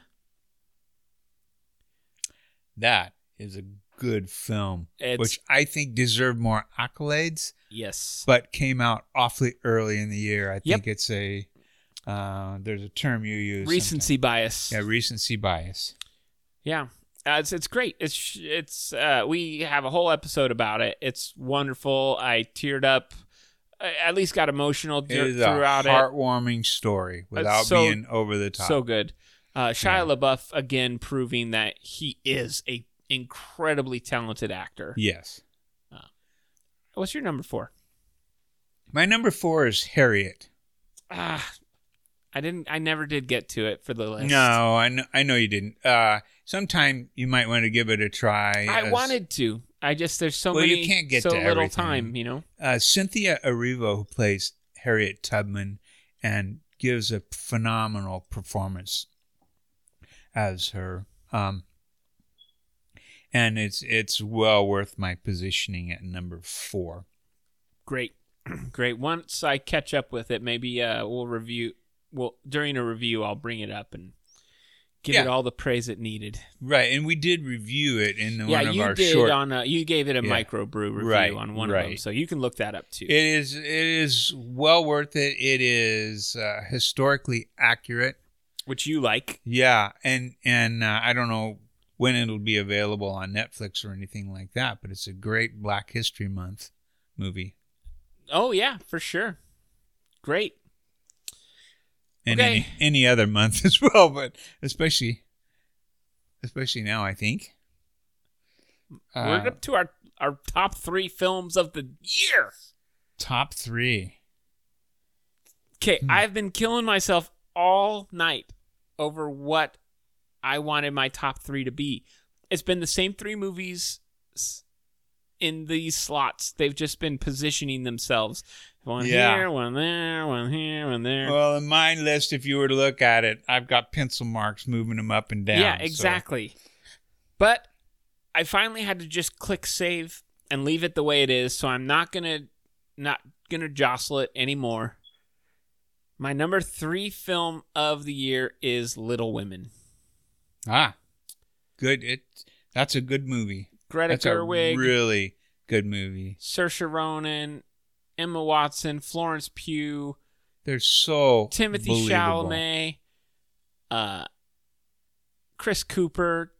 S3: That is a good film,
S2: It's-
S3: which I think deserved more accolades,
S2: Yes.
S3: but came out awfully early in the year. I
S2: Yep.
S3: think it's a uh, there's a term you use
S2: Recency bias.
S3: sometimes. Yeah, recency bias.
S2: Yeah. Uh, it's, it's great. It's it's uh, we have a whole episode about it. It's wonderful. I teared up. I at least got emotional
S3: It
S2: dur-
S3: is
S2: throughout
S3: a
S2: it.
S3: heartwarming story without
S2: so-
S3: being over the top.
S2: So good. Uh, Shia LaBeouf again proving that he is a incredibly talented actor.
S3: Yes.
S2: What's your number four?
S3: My number four is Harriet.
S2: Ah, I didn't. I never did get to it for the list.
S3: No, I know, I know you didn't. Uh, sometime you might want to give it a try.
S2: I
S3: as-
S2: wanted to. I just there's so
S3: Well, you
S2: many.
S3: can't get
S2: so
S3: to
S2: little
S3: everything.
S2: time. You know.
S3: uh, Cynthia Erivo, who plays Harriet Tubman, and gives a phenomenal performance as her. Um, and it's it's well worth my positioning at number four.
S2: Great, great. Once I catch up with it, maybe uh, we'll review. Well, during a review, I'll bring it up and give
S3: Yeah.
S2: it all the praise it needed.
S3: Right, and we did review it in
S2: yeah,
S3: one of
S2: you
S3: our
S2: did
S3: short.
S2: on. A, you gave it a
S3: Yeah.
S2: microbrew review
S3: Right,
S2: on one of them,
S3: right.
S2: so you can look that up too.
S3: it is it is well worth it. It is uh, historically accurate.
S2: which you like?
S3: Yeah, and and uh, I don't know when it'll be available on Netflix or anything like that, but it's a great Black History Month movie.
S2: Oh yeah, for sure. Great.
S3: And
S2: Okay.
S3: any, any other month as well, but especially especially now, I think. Uh,
S2: We're up to our our top three films of the year.
S3: top three.
S2: Okay,
S3: Hmm.
S2: I've been killing myself all night over what I wanted my top three to be. It's been the same three movies s- in these slots. They've just been positioning themselves. One
S3: Yeah.
S2: here, one there, one here, one there.
S3: Well, in my list, if you were to look at it, I've got pencil marks moving them up and down.
S2: yeah,
S3: so-
S2: exactly. But I finally had to just click save and leave it the way it is, so I'm not gonna not gonna jostle it anymore. My number three film of the year is Little Women.
S3: Ah, good. It that's a good movie.
S2: Greta
S3: That's a
S2: Gerwig,
S3: really good movie.
S2: Saoirse Ronan, Emma Watson, Florence Pugh,
S3: They're so
S2: Timothy
S3: believable.
S2: Chalamet, uh, Chris Cooper,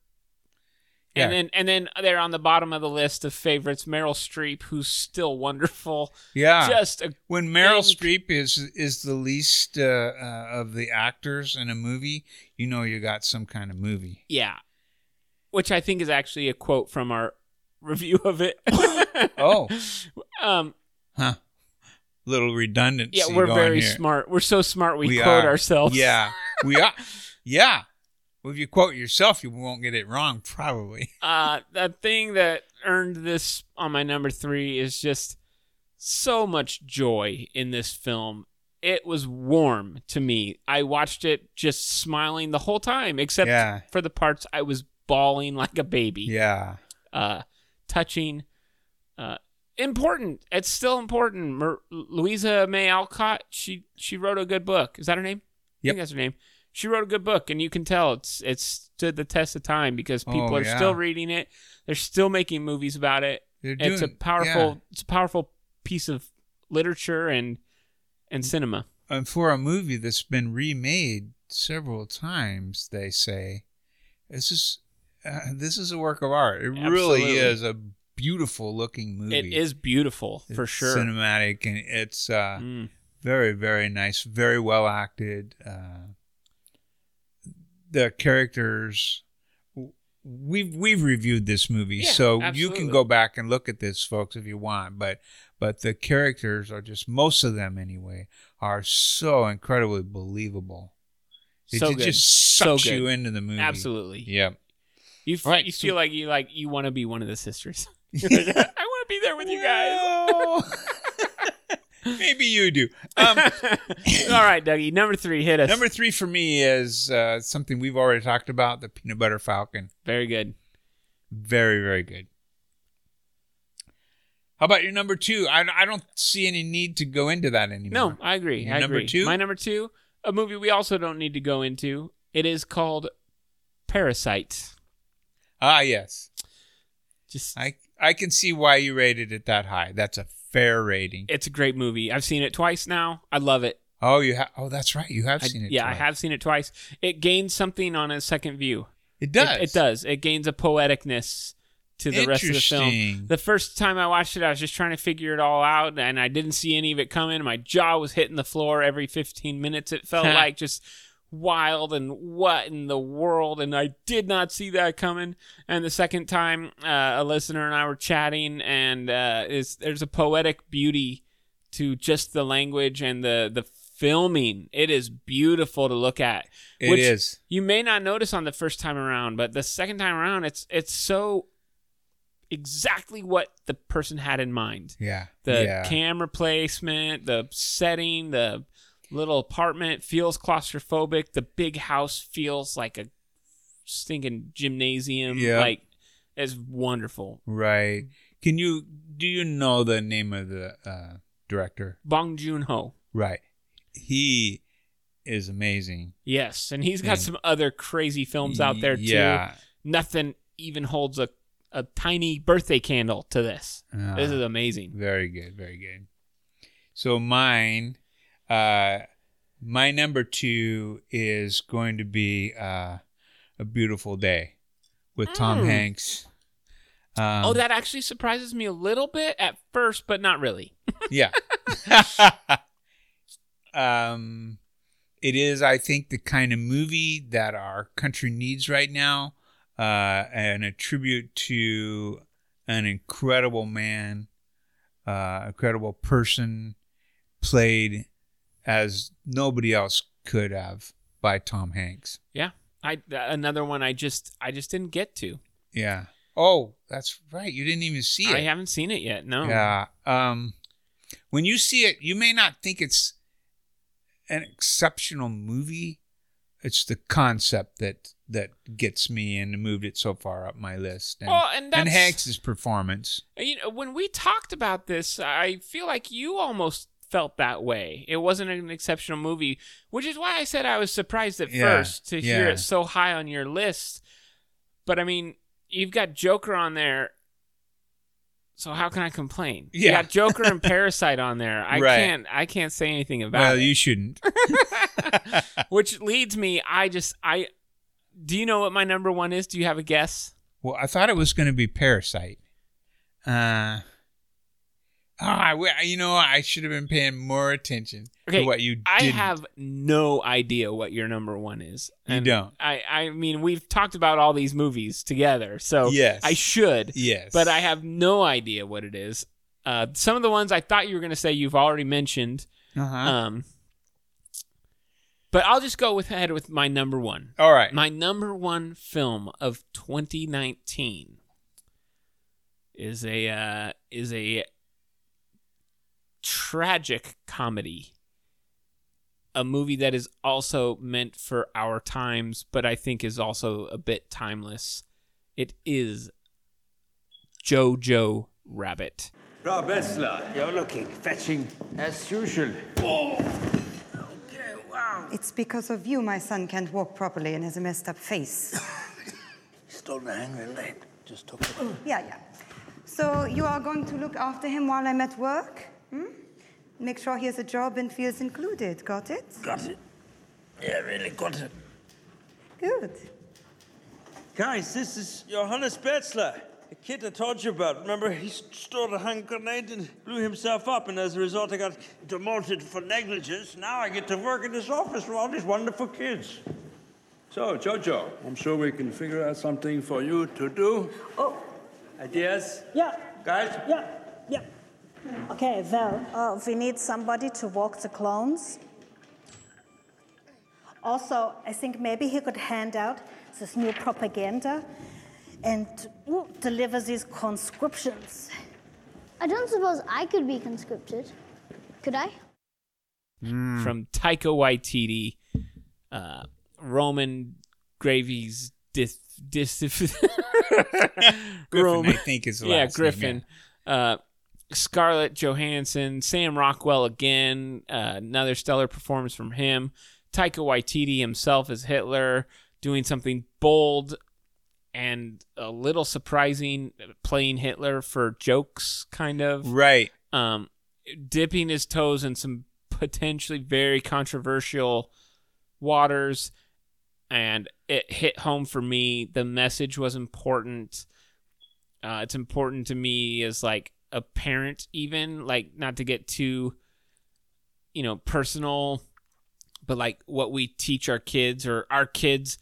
S3: Yeah.
S2: and then and then they're on the bottom of the list of favorites. Meryl Streep, who's still wonderful,
S3: Yeah,
S2: just a
S3: when Meryl
S2: think-
S3: Streep is is the least uh, uh, of the actors in a movie, you know you got some kind of movie.
S2: yeah, which I think is actually a quote from our review of it.
S3: Oh,
S2: um,
S3: huh? Little redundancy.
S2: yeah, we're
S3: going
S2: very
S3: here.
S2: smart. We're so smart we,
S3: We
S2: quote
S3: are.
S2: ourselves.
S3: Yeah, we are. Yeah. Well, if you quote yourself, you won't get it wrong, probably.
S2: uh, the thing that earned this on my number three is just so much joy in this film. It was warm to me. I watched it just smiling the whole time, except
S3: Yeah.
S2: for the parts I was bawling like a baby.
S3: Yeah.
S2: Uh, touching, uh, important. It's still important. Mer- Louisa May Alcott. She she wrote a good book. Is that her name? I
S3: Yep.
S2: think that's her name. She wrote a good book, and you can tell it's it's stood the test of time because people
S3: Oh,
S2: are
S3: yeah.
S2: still reading it. They're still making movies about it.
S3: They're
S2: it's a
S3: doing-
S2: powerful
S3: yeah.
S2: it's a powerful piece of literature and and cinema.
S3: and for a movie that's been remade several times, they say this is uh, this is a work of art. It really
S2: Absolutely.
S3: is a beautiful looking movie.
S2: It is beautiful for
S3: It's
S2: sure.
S3: cinematic, and it's uh,
S2: Mm.
S3: very very nice, very well acted. Uh, the characters. We've we've reviewed this movie,
S2: Yeah,
S3: so you
S2: absolutely.
S3: can go back and look at this, folks, if you want. But but the characters are just most of them anyway are so incredibly believable. It
S2: So
S3: ju-
S2: good.
S3: just
S2: So
S3: sucks
S2: good.
S3: you into the movie.
S2: Absolutely.
S3: Yeah.
S2: You f-
S3: All right,
S2: you
S3: so-
S2: feel like you like you want to be one of the sisters. You're like, I want to be there with you guys.
S3: Maybe you do. Um,
S2: All right, Dougie, number three, hit us.
S3: Number three for me is uh, something we've already talked about: the peanut butter falcon.
S2: Very good.
S3: Very, very good. How about your number two? I, I don't see any need to go into that anymore.
S2: No, I agree.
S3: Your
S2: I
S3: number
S2: agree.
S3: two?
S2: My number two, a movie we also don't need to go into. It is called Parasite.
S3: Ah, yes.
S2: Just
S3: I I can see why you rated it that high. That's a fair rating.
S2: it's a great movie. I've seen it twice now. I love it.
S3: Oh, you have. Oh, that's right. You have
S2: I-
S3: seen it.
S2: yeah, I
S3: twice.
S2: have seen it twice. It gains something on a second view.
S3: It
S2: It-
S3: does.
S2: It, does. It gains a poeticness to the rest of the film.
S3: Interesting.
S2: The first time I watched it, I was just trying to figure it all out, and I didn't see any of it coming. My jaw was hitting the floor every 15 minutes. It felt like just wild and what in the world, and I did not see that coming. And the second time, uh, a listener and I were chatting, and uh, it's, there's a poetic beauty to just the language and the the filming. It is beautiful to look at.
S3: It
S2: which
S3: is.
S2: You may not notice on the first time around, but the second time around, it's it's so exactly what the person had in mind.
S3: Yeah.
S2: The
S3: yeah.
S2: camera placement, the setting, the little apartment feels claustrophobic. The big house feels like a stinking gymnasium.
S3: Yeah.
S2: Like it's wonderful.
S3: Right. Can you do you know the name of the uh, director?
S2: Bong Joon Ho.
S3: Right. He is amazing.
S2: Yes, and he's got
S3: Yeah.
S2: some other crazy films out there too.
S3: Mm. Yeah.
S2: Nothing even holds a a tiny birthday candle to this.
S3: Ah.
S2: This is amazing.
S3: Very good, very good. So mine, uh, my number two is going to be uh, a beautiful day with Tom
S2: Mm.
S3: Hanks. Um,
S2: oh, that actually surprises me a little bit at first, but not really.
S3: yeah. um, it is, I think, the kind of movie that our country needs right now, uh, and a tribute to an incredible man, uh, incredible person, played as nobody else could have by Tom Hanks.
S2: I th- another one I just I just didn't get to.
S3: Yeah. Oh, that's right. You didn't even see it.
S2: I haven't seen it yet. No.
S3: Yeah. Um, when you see it, you may not think it's an exceptional movie. It's the concept that that gets me and moved it so far up my list. And,
S2: Well, and that's- uh,
S3: Hanks's performance.
S2: You know, when we talked about this, I feel like you almost felt that way. It wasn't an exceptional movie, which is why I said I was surprised at
S3: Yeah,
S2: first to hear
S3: yeah.
S2: it so high on your list. But I mean, you've got Joker on there. So how can I complain? You
S3: Yeah.
S2: got Joker and Parasite on there. I
S3: Right.
S2: can't I can't say anything about
S3: Well,
S2: it.
S3: you shouldn't.
S2: Which leads me, I just I do you know what my number one is? Do you have a guess?
S3: well, I thought it was going to be Parasite. Uh, ah, I w you know, I should have been paying more attention
S2: Okay,
S3: to what you did.
S2: I have no idea what your number one is.
S3: You
S2: And
S3: don't.
S2: I, I mean, we've talked about all these movies together, so
S3: Yes.
S2: Oh, I should,
S3: Yes.
S2: but I have no idea what it is. Uh, some of the ones I thought you were going to say you've already mentioned.
S3: Uh-huh.
S2: Um, but I'll just go with, ahead with my number one.
S3: All right.
S2: My number one film of 2019 is a uh, is a tragic comedy, a movie that is also meant for our times, but I think is also a bit timeless. It is Jojo Rabbit.
S9: Rob Esler, you're looking fetching as usual.
S10: It's because of you my son can't walk properly and has a messed up face.
S9: Stole the hanger leg. Just took it.
S10: yeah, yeah. So you are going to look after him while I'm at work? Hmm? Make sure he has a job and feels included. Got it?
S9: Got it. Yeah, really got it.
S10: Good.
S9: Guys, this is Johannes Betzler, the kid I told you about. Remember, he stole a hand grenade and blew himself up, and as a result, I got demoted for negligence. Now I get to work in this office with all these wonderful kids.
S5: So, Jojo, I'm sure we can figure out something for you to do.
S11: Oh,
S5: Ideas?
S11: yeah,
S5: Guys?
S11: yeah, yeah. Okay, well, uh, we need somebody to walk the clones. Also, I think maybe he could hand out this new propaganda and ooh, deliver these conscriptions.
S8: I don't suppose I could be conscripted. Could I?
S3: Mm.
S2: from Taika Waititi, uh, Roman gravies dis, dis
S3: Griffin,
S2: Roman-
S3: I think is the
S2: yeah
S3: last name,
S2: Griffin, Uh, Scarlett Johansson, Sam Rockwell again, uh, another stellar performance from him. Taika Waititi himself as Hitler, doing something bold and a little surprising, playing Hitler for jokes, kind of.
S3: Right.
S2: Um, dipping his toes in some potentially very controversial waters, and it hit home for me. The message was important. Uh, it's important to me as like a parent even like not to get too you know personal but like what we teach our kids or our kids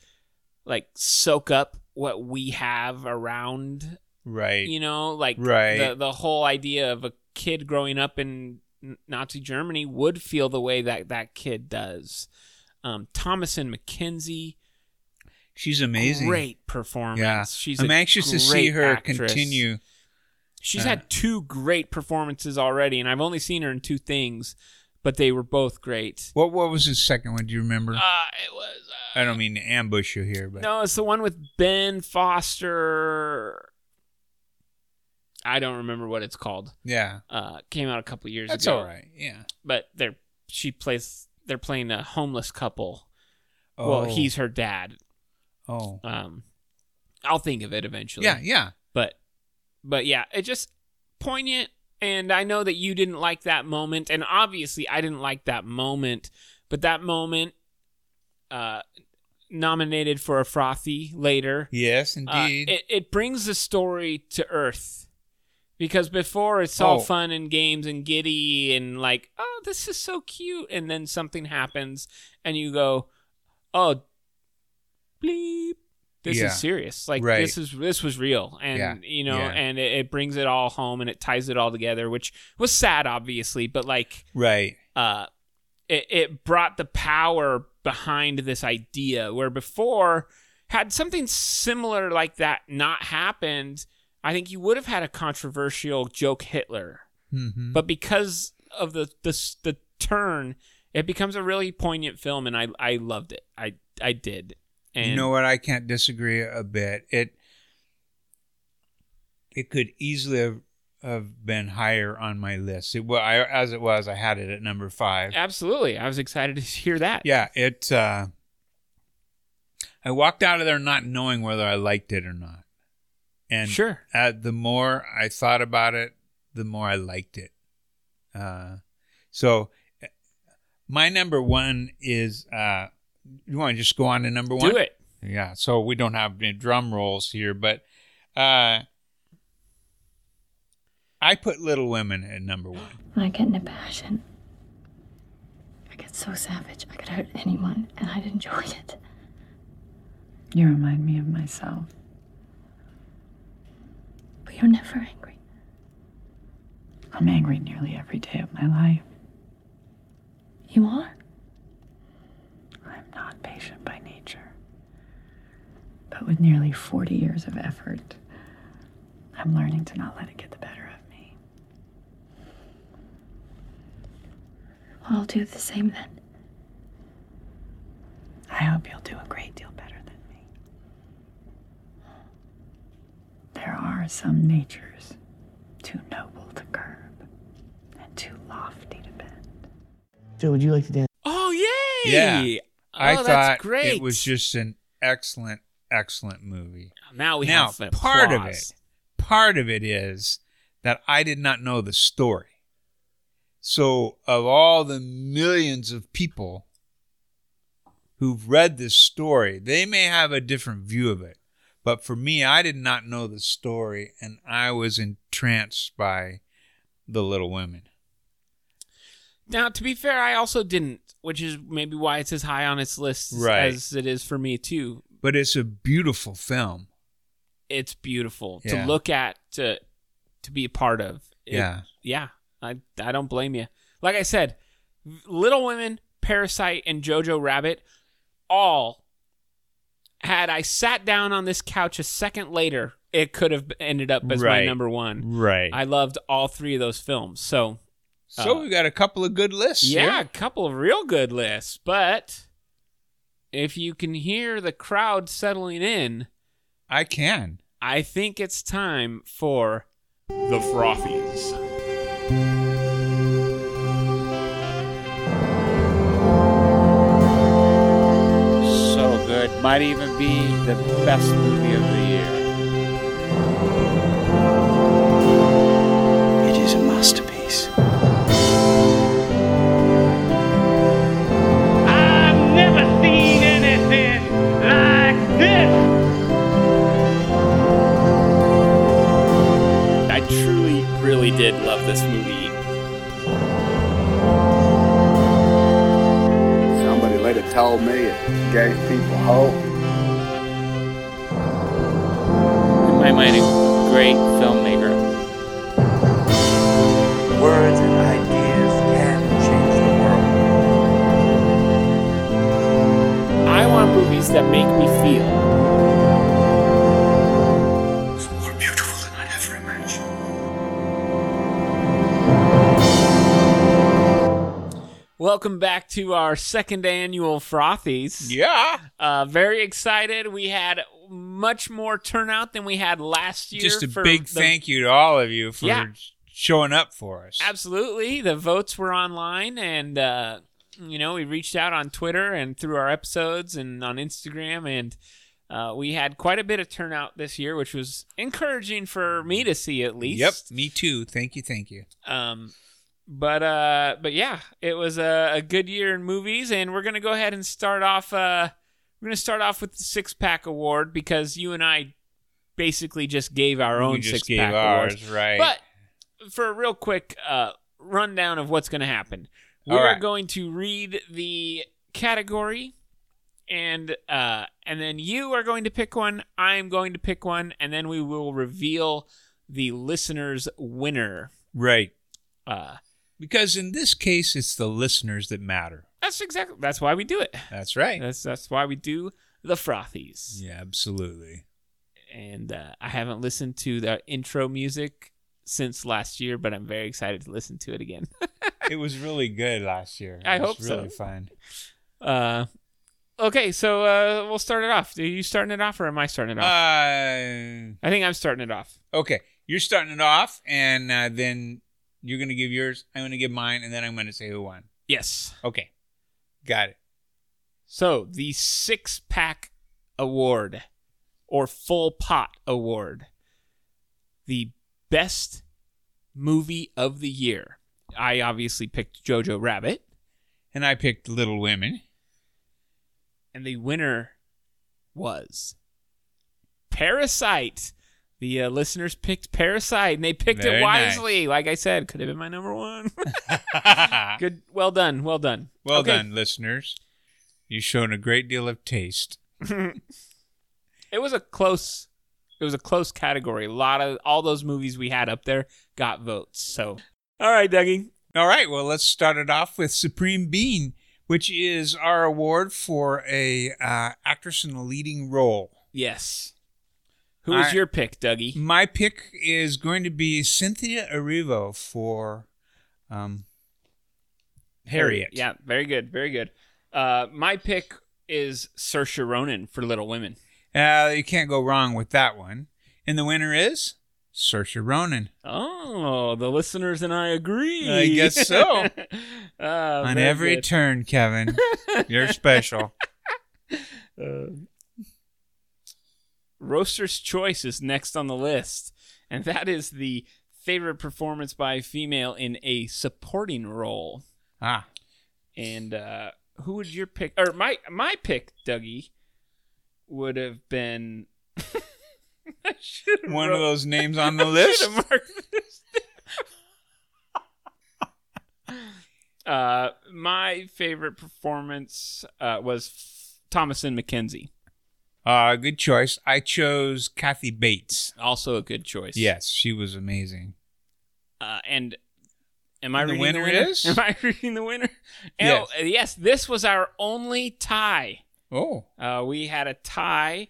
S2: like soak up what we have around
S3: right
S2: you know like
S3: Right.
S2: the, the whole idea of a kid growing up in nazi germany would feel the way that that kid does um thomason mckenzie
S3: She's amazing.
S2: great performance
S3: Yeah.
S2: she's
S3: I'm
S2: a
S3: anxious to see
S2: great
S3: her
S2: actress.
S3: continue.
S2: She's
S3: Uh,
S2: had two great performances already, and I've only seen her in two things, but they were both great.
S3: What what was his second one? Do you remember? Uh,
S2: it was.
S3: I don't mean to ambush you here, but
S2: No, it's the one with Ben Foster. I don't remember what it's called.
S3: Yeah.
S2: uh, came out a couple years
S3: That's
S2: ago.
S3: all right, yeah.
S2: but they're she plays. They're playing a homeless couple.
S3: Oh.
S2: Well, he's her dad.
S3: Oh.
S2: Um, I'll think of it eventually.
S3: Yeah, yeah.
S2: But, but yeah, it just poignant. And I know that you didn't like that moment, and obviously I didn't like that moment. But that moment, uh, nominated for a frothy later.
S3: Yes,
S2: Uh,
S3: indeed.
S2: it, it brings the story to earth because before it's all
S3: Oh.
S2: fun and games and giddy and like, oh, this is so cute. And then something happens and you go, oh, bleep. This
S3: Yeah.
S2: is serious. Like
S3: Right.
S2: this is this was real, and
S3: Yeah.
S2: you know,
S3: Yeah.
S2: and it, it brings it all home and it ties it all together, which was sad, obviously, but like
S3: right.
S2: uh, it, it brought the power behind this idea where before had something similar like that not happened i think you would have had a controversial joke hitler
S3: Mhm.
S2: but because of the, the s- the turn it becomes a really poignant film and i i loved it i i did and
S3: you know what? I can't disagree a bit. It it could easily have, have been higher on my list. It well, I, as it was, I had it at number five.
S2: absolutely i was excited to hear that
S3: Yeah, it. Uh, I walked out of there not knowing whether I liked it or not. And
S2: Sure.
S3: uh, the more I thought about it, the more I liked it. Uh, so, uh, my number one is. Uh, you want to just go on to number one?
S2: do it
S3: Yeah. So we don't have any drum rolls here, but uh, I put Little Women at number one.
S12: When I get in a passion, I get so savage. I could hurt anyone, and I'd enjoy it.
S13: You remind me of myself.
S12: But you're never angry.
S13: I'm angry nearly every day of my life.
S12: You are?
S13: I'm not patient by nature. But with nearly 40 years of effort, I'm learning to not let it get the better of me.
S12: Well, I'll do the same then.
S13: I hope you'll do a great deal better than me. There are some natures too noble to curb and too lofty to bend.
S14: Joe, would you like to dance?
S2: Oh yay!
S3: Yeah. I
S2: Oh,
S3: thought
S2: that's great.
S3: it was just an excellent, excellent movie.
S2: Now we
S3: now
S2: have applause.
S3: part of it. Part of it is that I did not know the story. So of all the millions of people who've read this story, they may have a different view of it. But for me, I did not know the story, and I was entranced by the Little Women.
S2: Now, to be fair, I also didn't, which is maybe why it's as high on its list as-
S3: Right.
S2: as it is for me too.
S3: But it's a beautiful film.
S2: It's beautiful
S3: Yeah.
S2: to look at, to to be a part of. It-
S3: Yeah.
S2: yeah. I I don't blame you. Like I said, Little Women, Parasite, and Jojo Rabbit, all had I sat down on this couch a second later, it could have ended up as my
S3: Right.
S2: number one.
S3: Right.
S2: I loved all three of those films. So.
S3: So
S2: uh,
S3: we got a couple of good lists.
S2: yeah,
S3: here.
S2: a couple of real good lists, but if you can hear the crowd settling in,
S3: I can.
S2: I think it's time for the frothies.
S6: So good. Might even be the best movie of the year.
S13: It is a masterpiece.
S15: Never seen anything like this.
S16: I truly, really did love this movie.
S17: Somebody later told me it gave people hope.
S16: In my mind, a great filmmaker.
S15: Words and ideas can change the world.
S16: I want movies that make me feel. Welcome back to our second annual Frothies.
S3: Yeah.
S2: Uh, very excited. We had much more turnout than we had last year.
S3: Just a
S2: for
S3: big
S2: the-
S3: thank you to all of you for
S2: Yeah.
S3: showing up for us.
S2: Absolutely. The votes were online, and, uh, you know, we reached out on Twitter and through our episodes and on Instagram, and uh, we had quite a bit of turnout this year, which was encouraging for me to see at least.
S3: Yep, me too. Thank you, thank you.
S2: Um, but uh, but yeah, it was a, a good year in movies, and we're gonna go ahead and start off. Uh, we're gonna start off with the six pack award because you and I basically just gave our
S3: We
S2: own
S3: just
S2: six
S3: gave
S2: pack
S3: ours,
S2: awards.
S3: right.
S2: But for a real quick uh, rundown of what's gonna happen,
S3: All
S2: we're
S3: right.
S2: going to read the category. And uh, and then you are going to pick one. I am going to pick one, and then we will reveal the listener's winner.
S3: Right.
S2: Uh,
S3: because in this case, it's the listeners that matter.
S2: That's exactly. That's why we do it.
S3: That's right.
S2: That's that's why we do the frothies.
S3: Yeah, absolutely.
S2: And uh, I haven't listened to the intro music since last year, but I'm very excited to listen to it again.
S3: it was really good last year.
S2: I
S3: It was
S2: hope so.
S3: really fun.
S2: uh, okay, so uh, we'll start it off. Are you starting it off, or am I starting it off?
S3: Uh,
S2: I think I'm starting it off.
S3: Okay, you're starting it off, and uh, then you're going to give yours. I'm going to give mine, and then I'm going to say who won.
S2: Yes.
S3: Okay, got it.
S2: So the six pack award or full pot award, the best movie of the year. I obviously picked Jojo Rabbit.
S3: And I picked Little Women.
S2: And the winner was Parasite. The uh, listeners picked Parasite and they picked
S3: Very
S2: it
S3: nice.
S2: wisely. Like I said, could have been my number one. Good. Well done. Well done.
S3: Well
S2: Okay.
S3: done, listeners. You've shown a great deal of taste.
S2: it was a close it was a close category a lot of all those movies we had up there got votes so All right, Dougie.
S3: All right, well, let's start it off with Supreme Bean, which is our award for a uh, actress in a leading role.
S2: yes who was
S3: I-
S2: your pick dougie
S3: My pick is going to be Cynthia Erivo for um, Harriet.
S2: yeah very good very good uh my pick is Saoirse Ronan for Little Women
S3: Uh, you can't go wrong with that one. And the winner is Saoirse Ronan.
S2: oh the listeners and I agree
S3: I guess so.
S2: Uh,
S3: On
S2: very
S3: every
S2: good.
S3: turn, Kevin, you're special.
S2: Uh, Roaster's Choice is next on the list, and that is the favorite performance by a female in a supporting role.
S3: Ah.
S2: And uh, who would your pick? Or my my pick, Dougie, would have been
S3: One of those names on the
S2: I
S3: list.
S2: should've marked this down. uh, my favorite performance uh, was F- Thomason McKenzie.
S3: Uh, good choice. I chose Kathy Bates.
S2: Also a good choice.
S3: Yes, she was amazing.
S2: Uh, and am I
S3: And the
S2: reading
S3: winner
S2: the winner?
S3: is?
S2: Am I reading the winner? Yes. yes, this was our only tie.
S3: Oh.
S2: Uh, we had a tie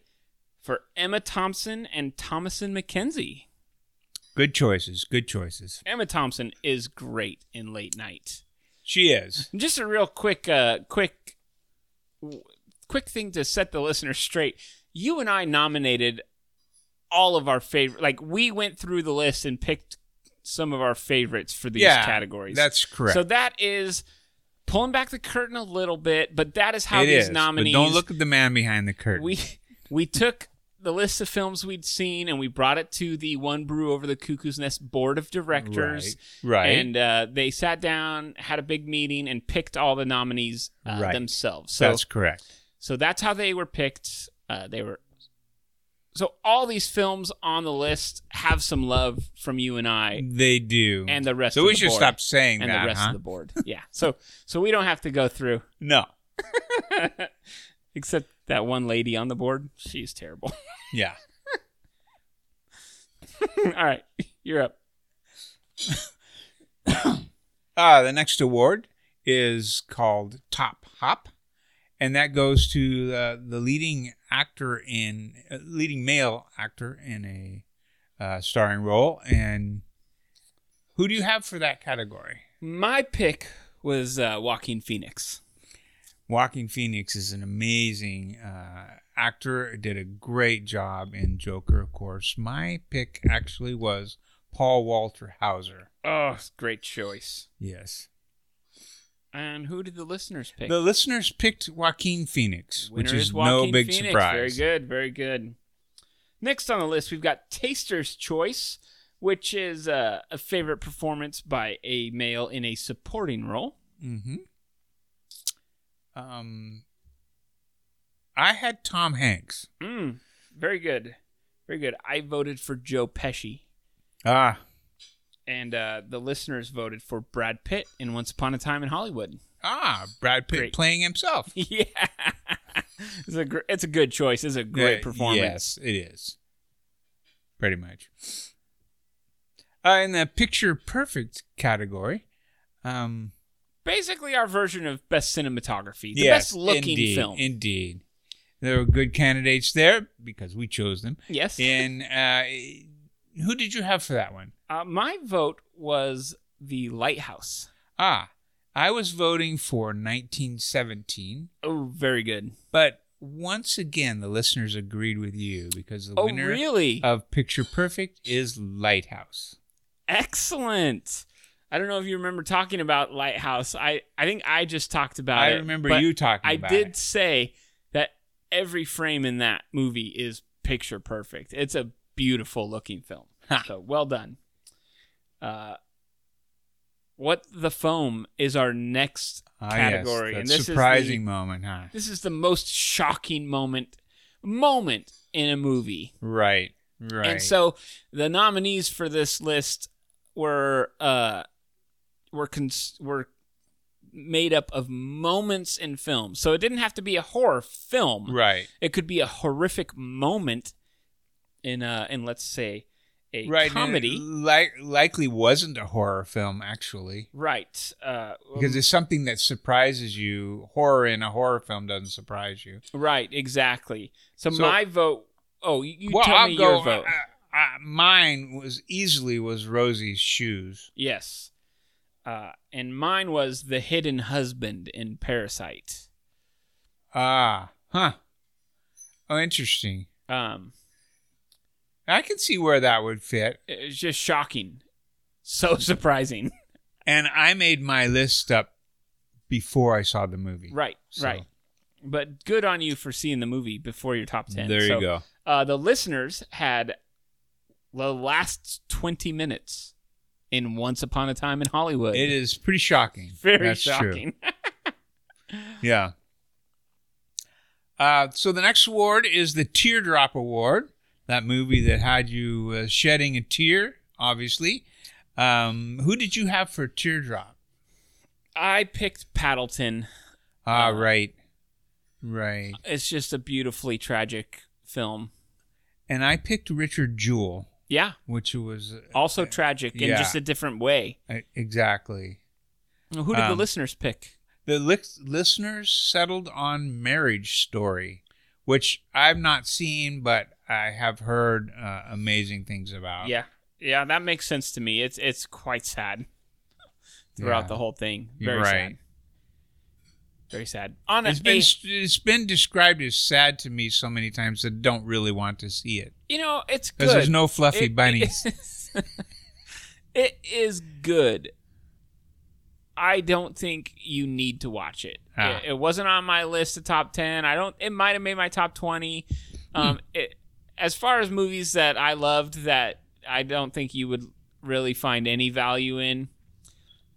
S2: for Emma Thompson and Thomason McKenzie.
S3: Good choices. Good choices.
S2: Emma Thompson is great in Late Night.
S3: She is.
S2: Just a real quick, uh, quick, w- quick thing to set the listener straight. You and I nominated all of our favorite. Like we went through the list and picked some of our favorites for these
S3: Yeah,
S2: categories.
S3: that's correct.
S2: So that is pulling back the curtain a little bit, but that is how
S3: It
S2: these
S3: is,
S2: nominees.
S3: But don't look at the man behind the curtain.
S2: We we took the list of films we'd seen and we brought it to the One Brew Over the Cuckoo's Nest board of directors.
S3: Right, right.
S2: And uh, they sat down, had a big meeting, and picked all the nominees uh,
S3: Right.
S2: themselves. So
S3: That's correct.
S2: So that's how they were picked. Uh, they were. So all these films on the list have some love from you and I.
S3: They do.
S2: And the rest.
S3: So
S2: of
S3: we
S2: the
S3: should
S2: board.
S3: stop saying
S2: and
S3: that,
S2: the rest
S3: huh?
S2: of the board. Yeah. So so we don't have to go through.
S3: No.
S2: Except that one lady on the board. She's terrible.
S3: Yeah.
S2: All right, you're up.
S3: Uh, the next award is called Top Hop, and that goes to uh, the leading actor in uh, leading male actor in a uh, starring role. And who do you have for that category?
S2: My pick was uh, Joaquin Phoenix.
S3: Walking Phoenix is an amazing uh, actor. Did a great job in Joker, of course. My pick actually was Paul Walter Hauser.
S2: Oh, great choice.
S3: Yes.
S2: And who did the listeners pick?
S3: The listeners picked Joaquin Phoenix,
S2: Winner
S3: which is, no
S2: Joaquin
S3: big
S2: Phoenix.
S3: surprise.
S2: Very good, very good. Next on the list, we've got Taster's Choice, which is uh, a favorite performance by a male in a supporting role.
S3: Mm-hmm. Um, I had Tom Hanks.
S2: Mm, very good, very good. I voted for Joe Pesci,
S3: Ah,
S2: and uh, the listeners voted for Brad Pitt in Once Upon a Time in Hollywood.
S3: ah, Brad Pitt
S2: Great.
S3: playing himself.
S2: yeah, it's a gr- it's a good choice. It's a great
S3: Uh,
S2: performance.
S3: Yes, it is. Pretty much. Uh, in the picture perfect category, um,
S2: Basically, our version of best cinematography, the
S3: yes,
S2: best looking
S3: indeed,
S2: film.
S3: Indeed, there were good candidates there because we chose them.
S2: Yes.
S3: And uh, who did you have for that one?
S2: Uh, my vote was the Lighthouse.
S3: Ah, I was voting for 1917.
S2: Oh, very good.
S3: But once again, the listeners agreed with you because the
S2: Oh,
S3: winner uh,
S2: really?
S3: of Picture Perfect is Lighthouse.
S2: Excellent. I don't know if you remember talking about Lighthouse. I, I think I just talked about
S3: I
S2: it.
S3: remember
S2: but
S3: you talking
S2: I
S3: about
S2: did say that every frame in that movie is picture perfect. It's a beautiful looking film. So well done. Uh, what the foam is our next
S3: Ah, yes,
S2: category,
S3: that
S2: and this is the,
S3: surprising moment, huh?
S2: This is the most shocking moment moment in a movie.
S3: Right, right.
S2: And so the nominees for this list were uh were cons- were made up of moments in films. So it didn't have to be a horror film.
S3: Right.
S2: It could be a horrific moment in uh in let's say a
S3: right, and it
S2: comedy.
S3: li- likely wasn't a horror film actually,
S2: Right. Uh
S3: because it's something that surprises you. Horror in a horror film doesn't surprise you.
S2: um, right, exactly. So,
S3: So-
S2: my vote Oh, you, you
S3: well,
S2: tell
S3: I'll
S2: me
S3: go.
S2: your vote.
S3: I, I, mine was easily was Rosie's shoes.
S2: Yes. Uh, and mine was the hidden husband in Parasite.
S3: Ah, huh. Oh, interesting.
S2: Um,
S3: I can see where that would fit.
S2: It's just shocking, so surprising.
S3: And I made my list up before I saw the movie.
S2: Right,
S3: So-
S2: right. But good on you for seeing the movie before your top ten.
S3: There you
S2: So,
S3: go.
S2: Uh, the listeners had the last twenty minutes in Once Upon a Time in Hollywood.
S3: It is pretty shocking.
S2: very
S3: That's true.
S2: shocking.
S3: Yeah. Uh, so the next award is the Teardrop Award. That movie that had you uh, shedding a tear, obviously. Um, who did you have for Teardrop?
S2: I picked Paddleton. Uh,
S3: Ah, right, right.
S2: It's just a beautifully tragic film.
S3: And I picked Richard Jewell,
S2: Yeah,
S3: which was uh,
S2: also tragic in
S3: yeah.
S2: just a different way.
S3: Uh, Exactly.
S2: Who did the
S3: Um,
S2: listeners pick?
S3: The li- listeners settled on Marriage Story, which I've not seen, but I have heard uh, amazing things about.
S2: Yeah, yeah, that makes sense to me. It's it's quite sad throughout
S3: Yeah.
S2: the whole thing.
S3: You're
S2: Very sad.
S3: right.
S2: Very sad. On a,
S3: it's been
S2: a-
S3: it's been described as sad to me so many times that I don't really want to see it
S2: you know, it's good.
S3: because there's no fluffy
S2: It-
S3: bunnies.
S2: It's, It is good. I don't think you need to watch it.
S3: Ah.
S2: It, it wasn't on my list of top ten. I don't. It might have made my top twenty.
S3: Hmm.
S2: Um, it, as far as movies that I loved that I don't think you would really find any value in,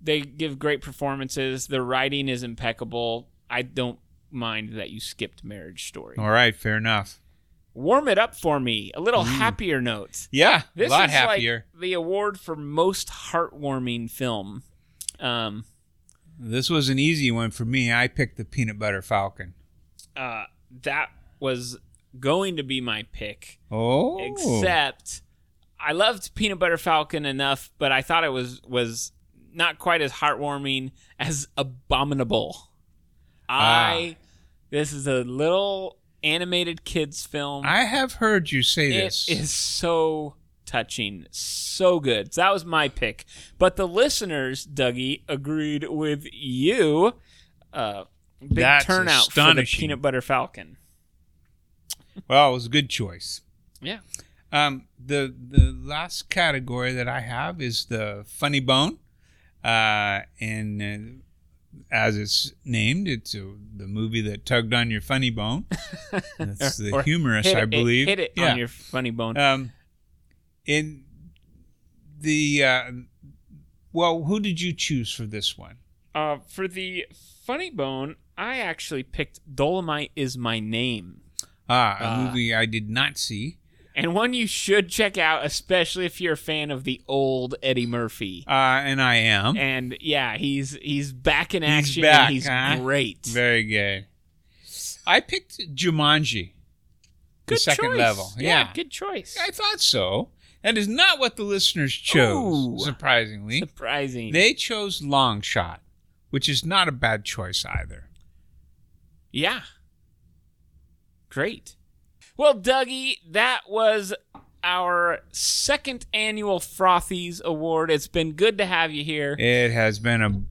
S2: they give great performances. The writing is impeccable. I don't mind that you skipped Marriage Story.
S3: All right, fair enough.
S2: Warm it up for me. A
S3: Mm.
S2: little happier note.
S3: Yeah, a
S2: this
S3: lot
S2: is like
S3: happier.
S2: the award for most heartwarming film. Um,
S3: This was an easy one for me. I picked the peanut butter falcon.
S2: uh, that was going to be my pick.
S3: Oh,
S2: Except I loved Peanut Butter Falcon enough, but I thought it was was not quite as heartwarming as Abominable.
S3: Ah.
S2: I this is a little animated kids film.
S3: I have heard you say
S2: It
S3: this.
S2: is so touching, so good. So that was my pick. But the listeners, Dougie, agreed with you. Uh, big
S3: That's
S2: turnout for
S3: astonishing.
S2: the Peanut Butter Falcon.
S3: Well, it was a good choice.
S2: Yeah.
S3: Um, the the last category that I have is the funny bone, uh, and uh, as it's named, it's uh the movie that tugged on your funny bone. That's the
S2: Or
S3: humorous,
S2: hit
S3: I
S2: it-
S3: believe.
S2: hit it on your funny bone.
S3: Um, in the uh, well, who did you choose for this one?
S2: Uh, for the funny bone, I actually picked Dolomite is my name.
S3: Ah, a
S2: Ah.
S3: movie I did not see.
S2: And one you should check out, especially if you're a fan of the old Eddie Murphy.
S3: Uh, and I am.
S2: And yeah, he's he's back in action.
S3: He's back.
S2: and he's
S3: huh?
S2: great.
S3: Very good. I picked Jumanji. the
S2: Good
S3: second
S2: choice.
S3: level.
S2: Yeah,
S3: Yeah.
S2: good choice.
S3: I thought so. That is not what the listeners chose, surprisingly.
S2: Surprising.
S3: They chose Long Shot, which is not a bad choice either.
S2: Yeah. Great. Well, Dougie, that was our second annual Frothies Award. It's been good to have you here.
S3: It has been a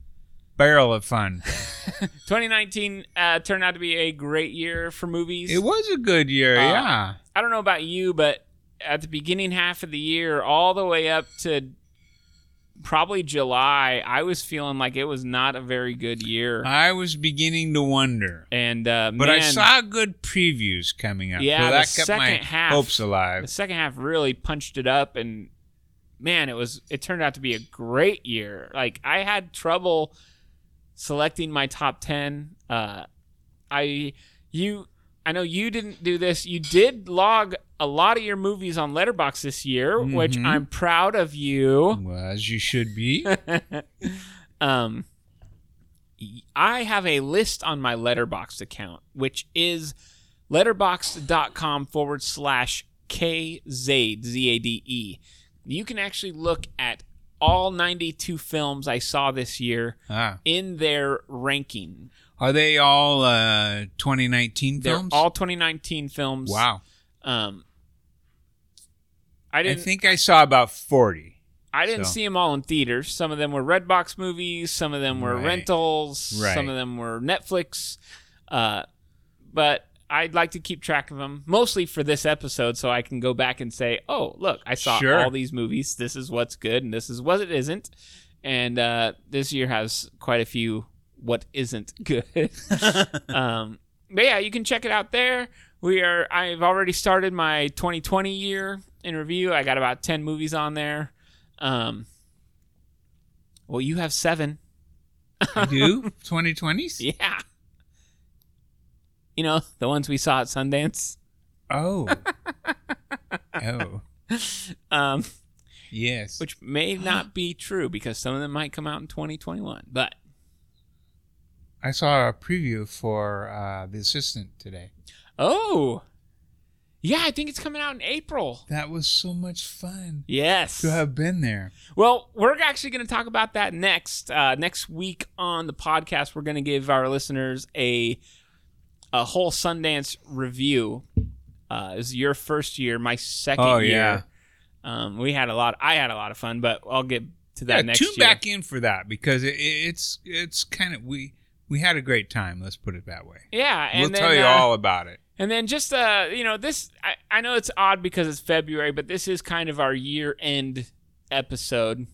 S3: barrel of fun.
S2: 2019 uh, turned out to be a great year for movies.
S3: It was a good year,
S2: Uh,
S3: yeah.
S2: I don't know about you, but at the beginning half of the year, all the way up to probably July, I was feeling like it was not a very good year.
S3: I was beginning to wonder.
S2: And uh,
S3: But I
S2: man-
S3: saw good previews coming up.
S2: Yeah,
S3: so
S2: the
S3: that kept my
S2: second half-
S3: hopes alive.
S2: the second half really punched it up and man it was it turned out to be a great year like i had trouble selecting my top 10 uh i you i know you didn't do this you did log a lot of your movies on letterbox this year which
S3: Mhm.
S2: i'm proud of you
S3: Well, as you should be.
S2: um I have a list on my Letterboxd account, which is letterboxd.com forward slash KZADE, Z A D E. You can actually look at all 92 films I saw this year
S3: Ah.
S2: in their ranking.
S3: Are they all uh, 2019
S2: They're
S3: films?
S2: all 2019 films.
S3: Wow.
S2: Um, I
S3: I
S2: didn't.
S3: think I saw about 40.
S2: I didn't
S3: So-
S2: see them all in theaters. Some of them were Redbox movies. Some of them were
S3: Right.
S2: rentals.
S3: Right.
S2: Some of them were Netflix. Uh, but I'd like to keep track of them, mostly for this episode, so I can go back and say, "Oh, look, I saw
S3: Sure.
S2: all these movies. This is what's good, and this is what it isn't." And uh, this year has quite a few what isn't good. um, but yeah, you can check it out there. We are. I've already started my 2020 year in review. I got about 10 movies on there. Um, well, you have seven.
S3: I do? 2020s?
S2: Yeah. You know the ones we saw at Sundance.
S3: Oh. oh.
S2: Um,
S3: Yes.
S2: which may not be true because some of them might come out in 2021. But
S3: I saw a preview for uh, The Assistant today.
S2: oh, yeah, I think it's coming out in April.
S3: That was so much fun
S2: Yes.
S3: to have been there.
S2: Well, we're actually going to talk about that next uh, next week on the podcast. We're going to give our listeners a a whole Sundance review. Uh, this is your first year, my second
S3: Oh, yeah.
S2: year. Um, we had a lot. I had a lot of fun, but I'll get to that
S3: Yeah,
S2: next
S3: tune
S2: year.
S3: back in for that because it, it- it's it's kind of we we had a great time. Let's put it that way.
S2: Yeah, and
S3: we'll
S2: then,
S3: tell you
S2: uh,
S3: all about it.
S2: And then just uh, you know, this I, I know it's odd because it's February, but this is kind of our year end episode.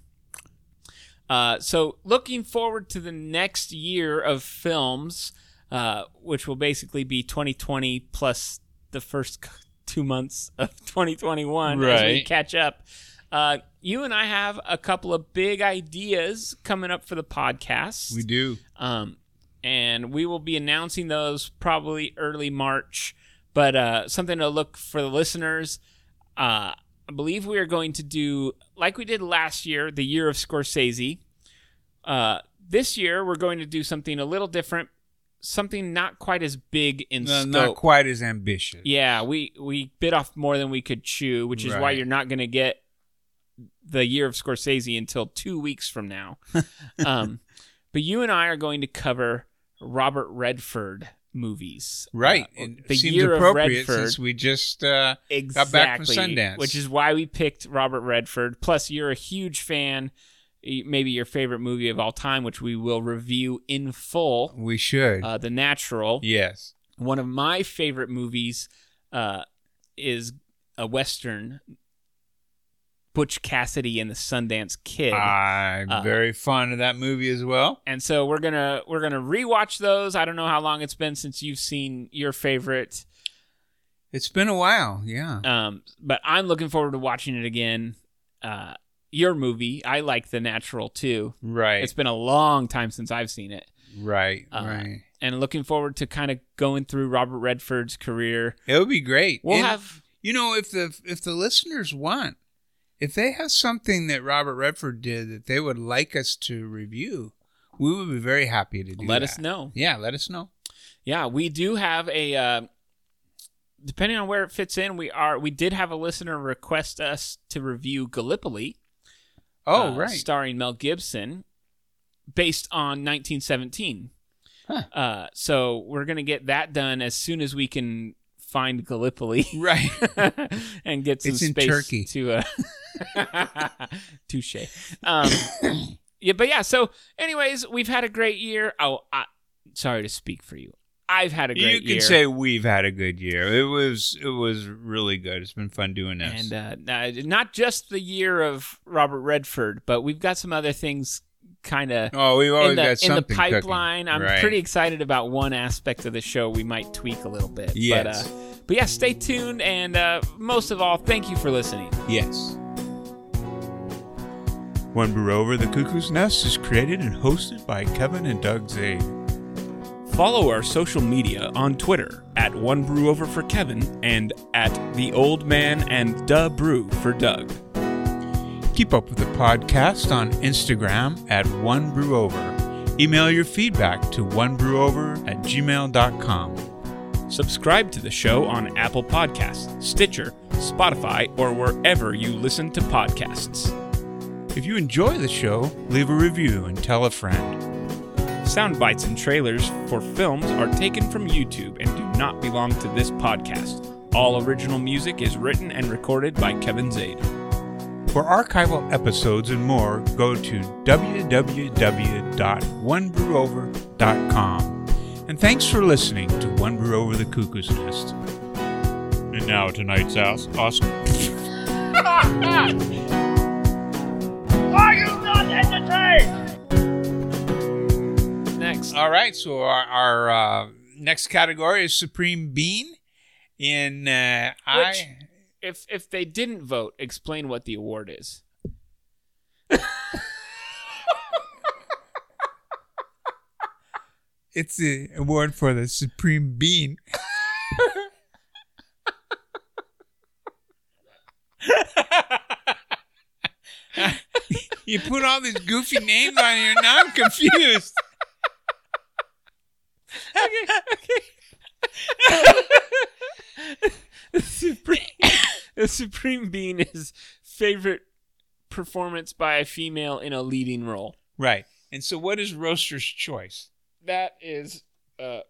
S2: Uh, so looking forward to the next year of films, uh, which will basically be 2020 plus the first c- two months of 2021 as we
S18: Right.
S2: catch up. Uh, you and I have a couple of big ideas coming up for the podcast.
S18: We do.
S2: Um, and we will be announcing those probably early March. But uh, something to look for the listeners. Uh, I believe we are going to do like we did last year, the year of Scorsese. Uh, this year we're going to do something a little different, something not quite as big in
S3: No,
S2: scope.
S3: not quite as ambitious.
S2: Yeah, we we bit off more than we could chew, which is why
S3: Right.
S2: you're not going to get the year of Scorsese until two weeks from now. um, but you and I are going to cover Robert Redford movies,
S3: Right.
S2: Uh,
S3: it
S2: the
S3: seems
S2: year of
S3: appropriate
S2: Redford.
S3: since we just uh,
S2: exactly,
S3: got back from Sundance.
S2: which is why we picked Robert Redford. Plus, you're a huge fan. y- Maybe your favorite movie of all time, which we will review in full.
S3: we should.
S2: Uh, the Natural.
S3: Yes.
S2: One of my favorite movies uh, is a Western, Butch Cassidy and the Sundance Kid.
S3: Ah. I'm
S2: Uh,
S3: very fond of that movie as well.
S2: and so we're gonna we're gonna rewatch those. I don't know how long it's been since you've seen your favorite,
S3: It's been a while. Yeah.
S2: um, but I'm looking forward to watching it again. Uh, your movie, I like The Natural too.
S3: Right.
S2: It's been a long time since I've seen it.
S3: Right.
S2: Uh,
S3: right.
S2: And looking forward to kind of going through Robert Redford's career.
S3: It would be great.
S2: We'll
S3: And,
S2: have
S3: You know, if the if the listeners want, if they have something that Robert Redford did that they would like us to review, we would be very happy to do.
S2: let
S3: that.
S2: us know.
S3: Yeah, let us know.
S2: Yeah, we do have a. Uh, depending on where it fits in, we are we did have a listener request us to review Gallipoli.
S3: Oh,
S2: uh,
S3: right.
S2: starring Mel Gibson, based on 1917. Uh, so we're gonna get that done as soon as we can find Gallipoli,
S3: right?
S2: and get some
S3: It's in
S2: space
S3: Turkey.
S2: to. Uh, touche. Um, yeah, but yeah. So, anyways, we've had a great year. Oh, I, sorry to speak for you. I've had a
S3: You
S2: great
S3: can
S2: year.
S3: say we've had a good year. It was it was really good. It's been fun doing this.
S2: and uh, n- not just the year of Robert Redford, but we've got some other things kind of.
S3: Oh, we've always
S2: in the,
S3: got
S2: in the
S3: something cooking.
S2: pipeline. I'm
S3: Right.
S2: pretty excited about one aspect of the show we might tweak a little bit.
S3: Yes.
S2: But, uh, but yeah, stay tuned, and uh, most of all, thank you for listening.
S3: yes. One Brew Over the Cuckoo's Nest is created and hosted by Kevin and Doug Zade.
S18: Follow our social media on Twitter at One Brew Over for Kevin and at The Old Man and Duh Brew for Doug.
S3: Keep up with the podcast on Instagram at One Brew Over. Email your feedback to onebrewover at gmail.com.
S18: Subscribe to the show on Apple Podcasts, Stitcher, Spotify, or wherever you listen to podcasts.
S3: If you enjoy the show, leave a review and tell a friend.
S18: Sound bites and trailers for films are taken from YouTube and do not belong to this podcast. All original music is written and recorded by Kevin Zade.
S3: For archival episodes and more, go to www.onebrewover.com. And thanks for listening to One Brew Over the Cuckoo's Nest.
S1: And now tonight's ask Oscar.
S15: Are you not entertained?
S2: Next.
S3: All right. So our, our uh, next category is Supreme Bean. In uh,
S2: Which,
S3: I
S2: if if they didn't vote, explain what the award is.
S3: it's the award for the Supreme Bean. you put all these goofy names on here. Now I'm confused.
S2: The Supreme, the Supreme Being is favorite performance by a female in a leading role.
S3: Right. And so, what is Roaster's choice?
S2: That is uh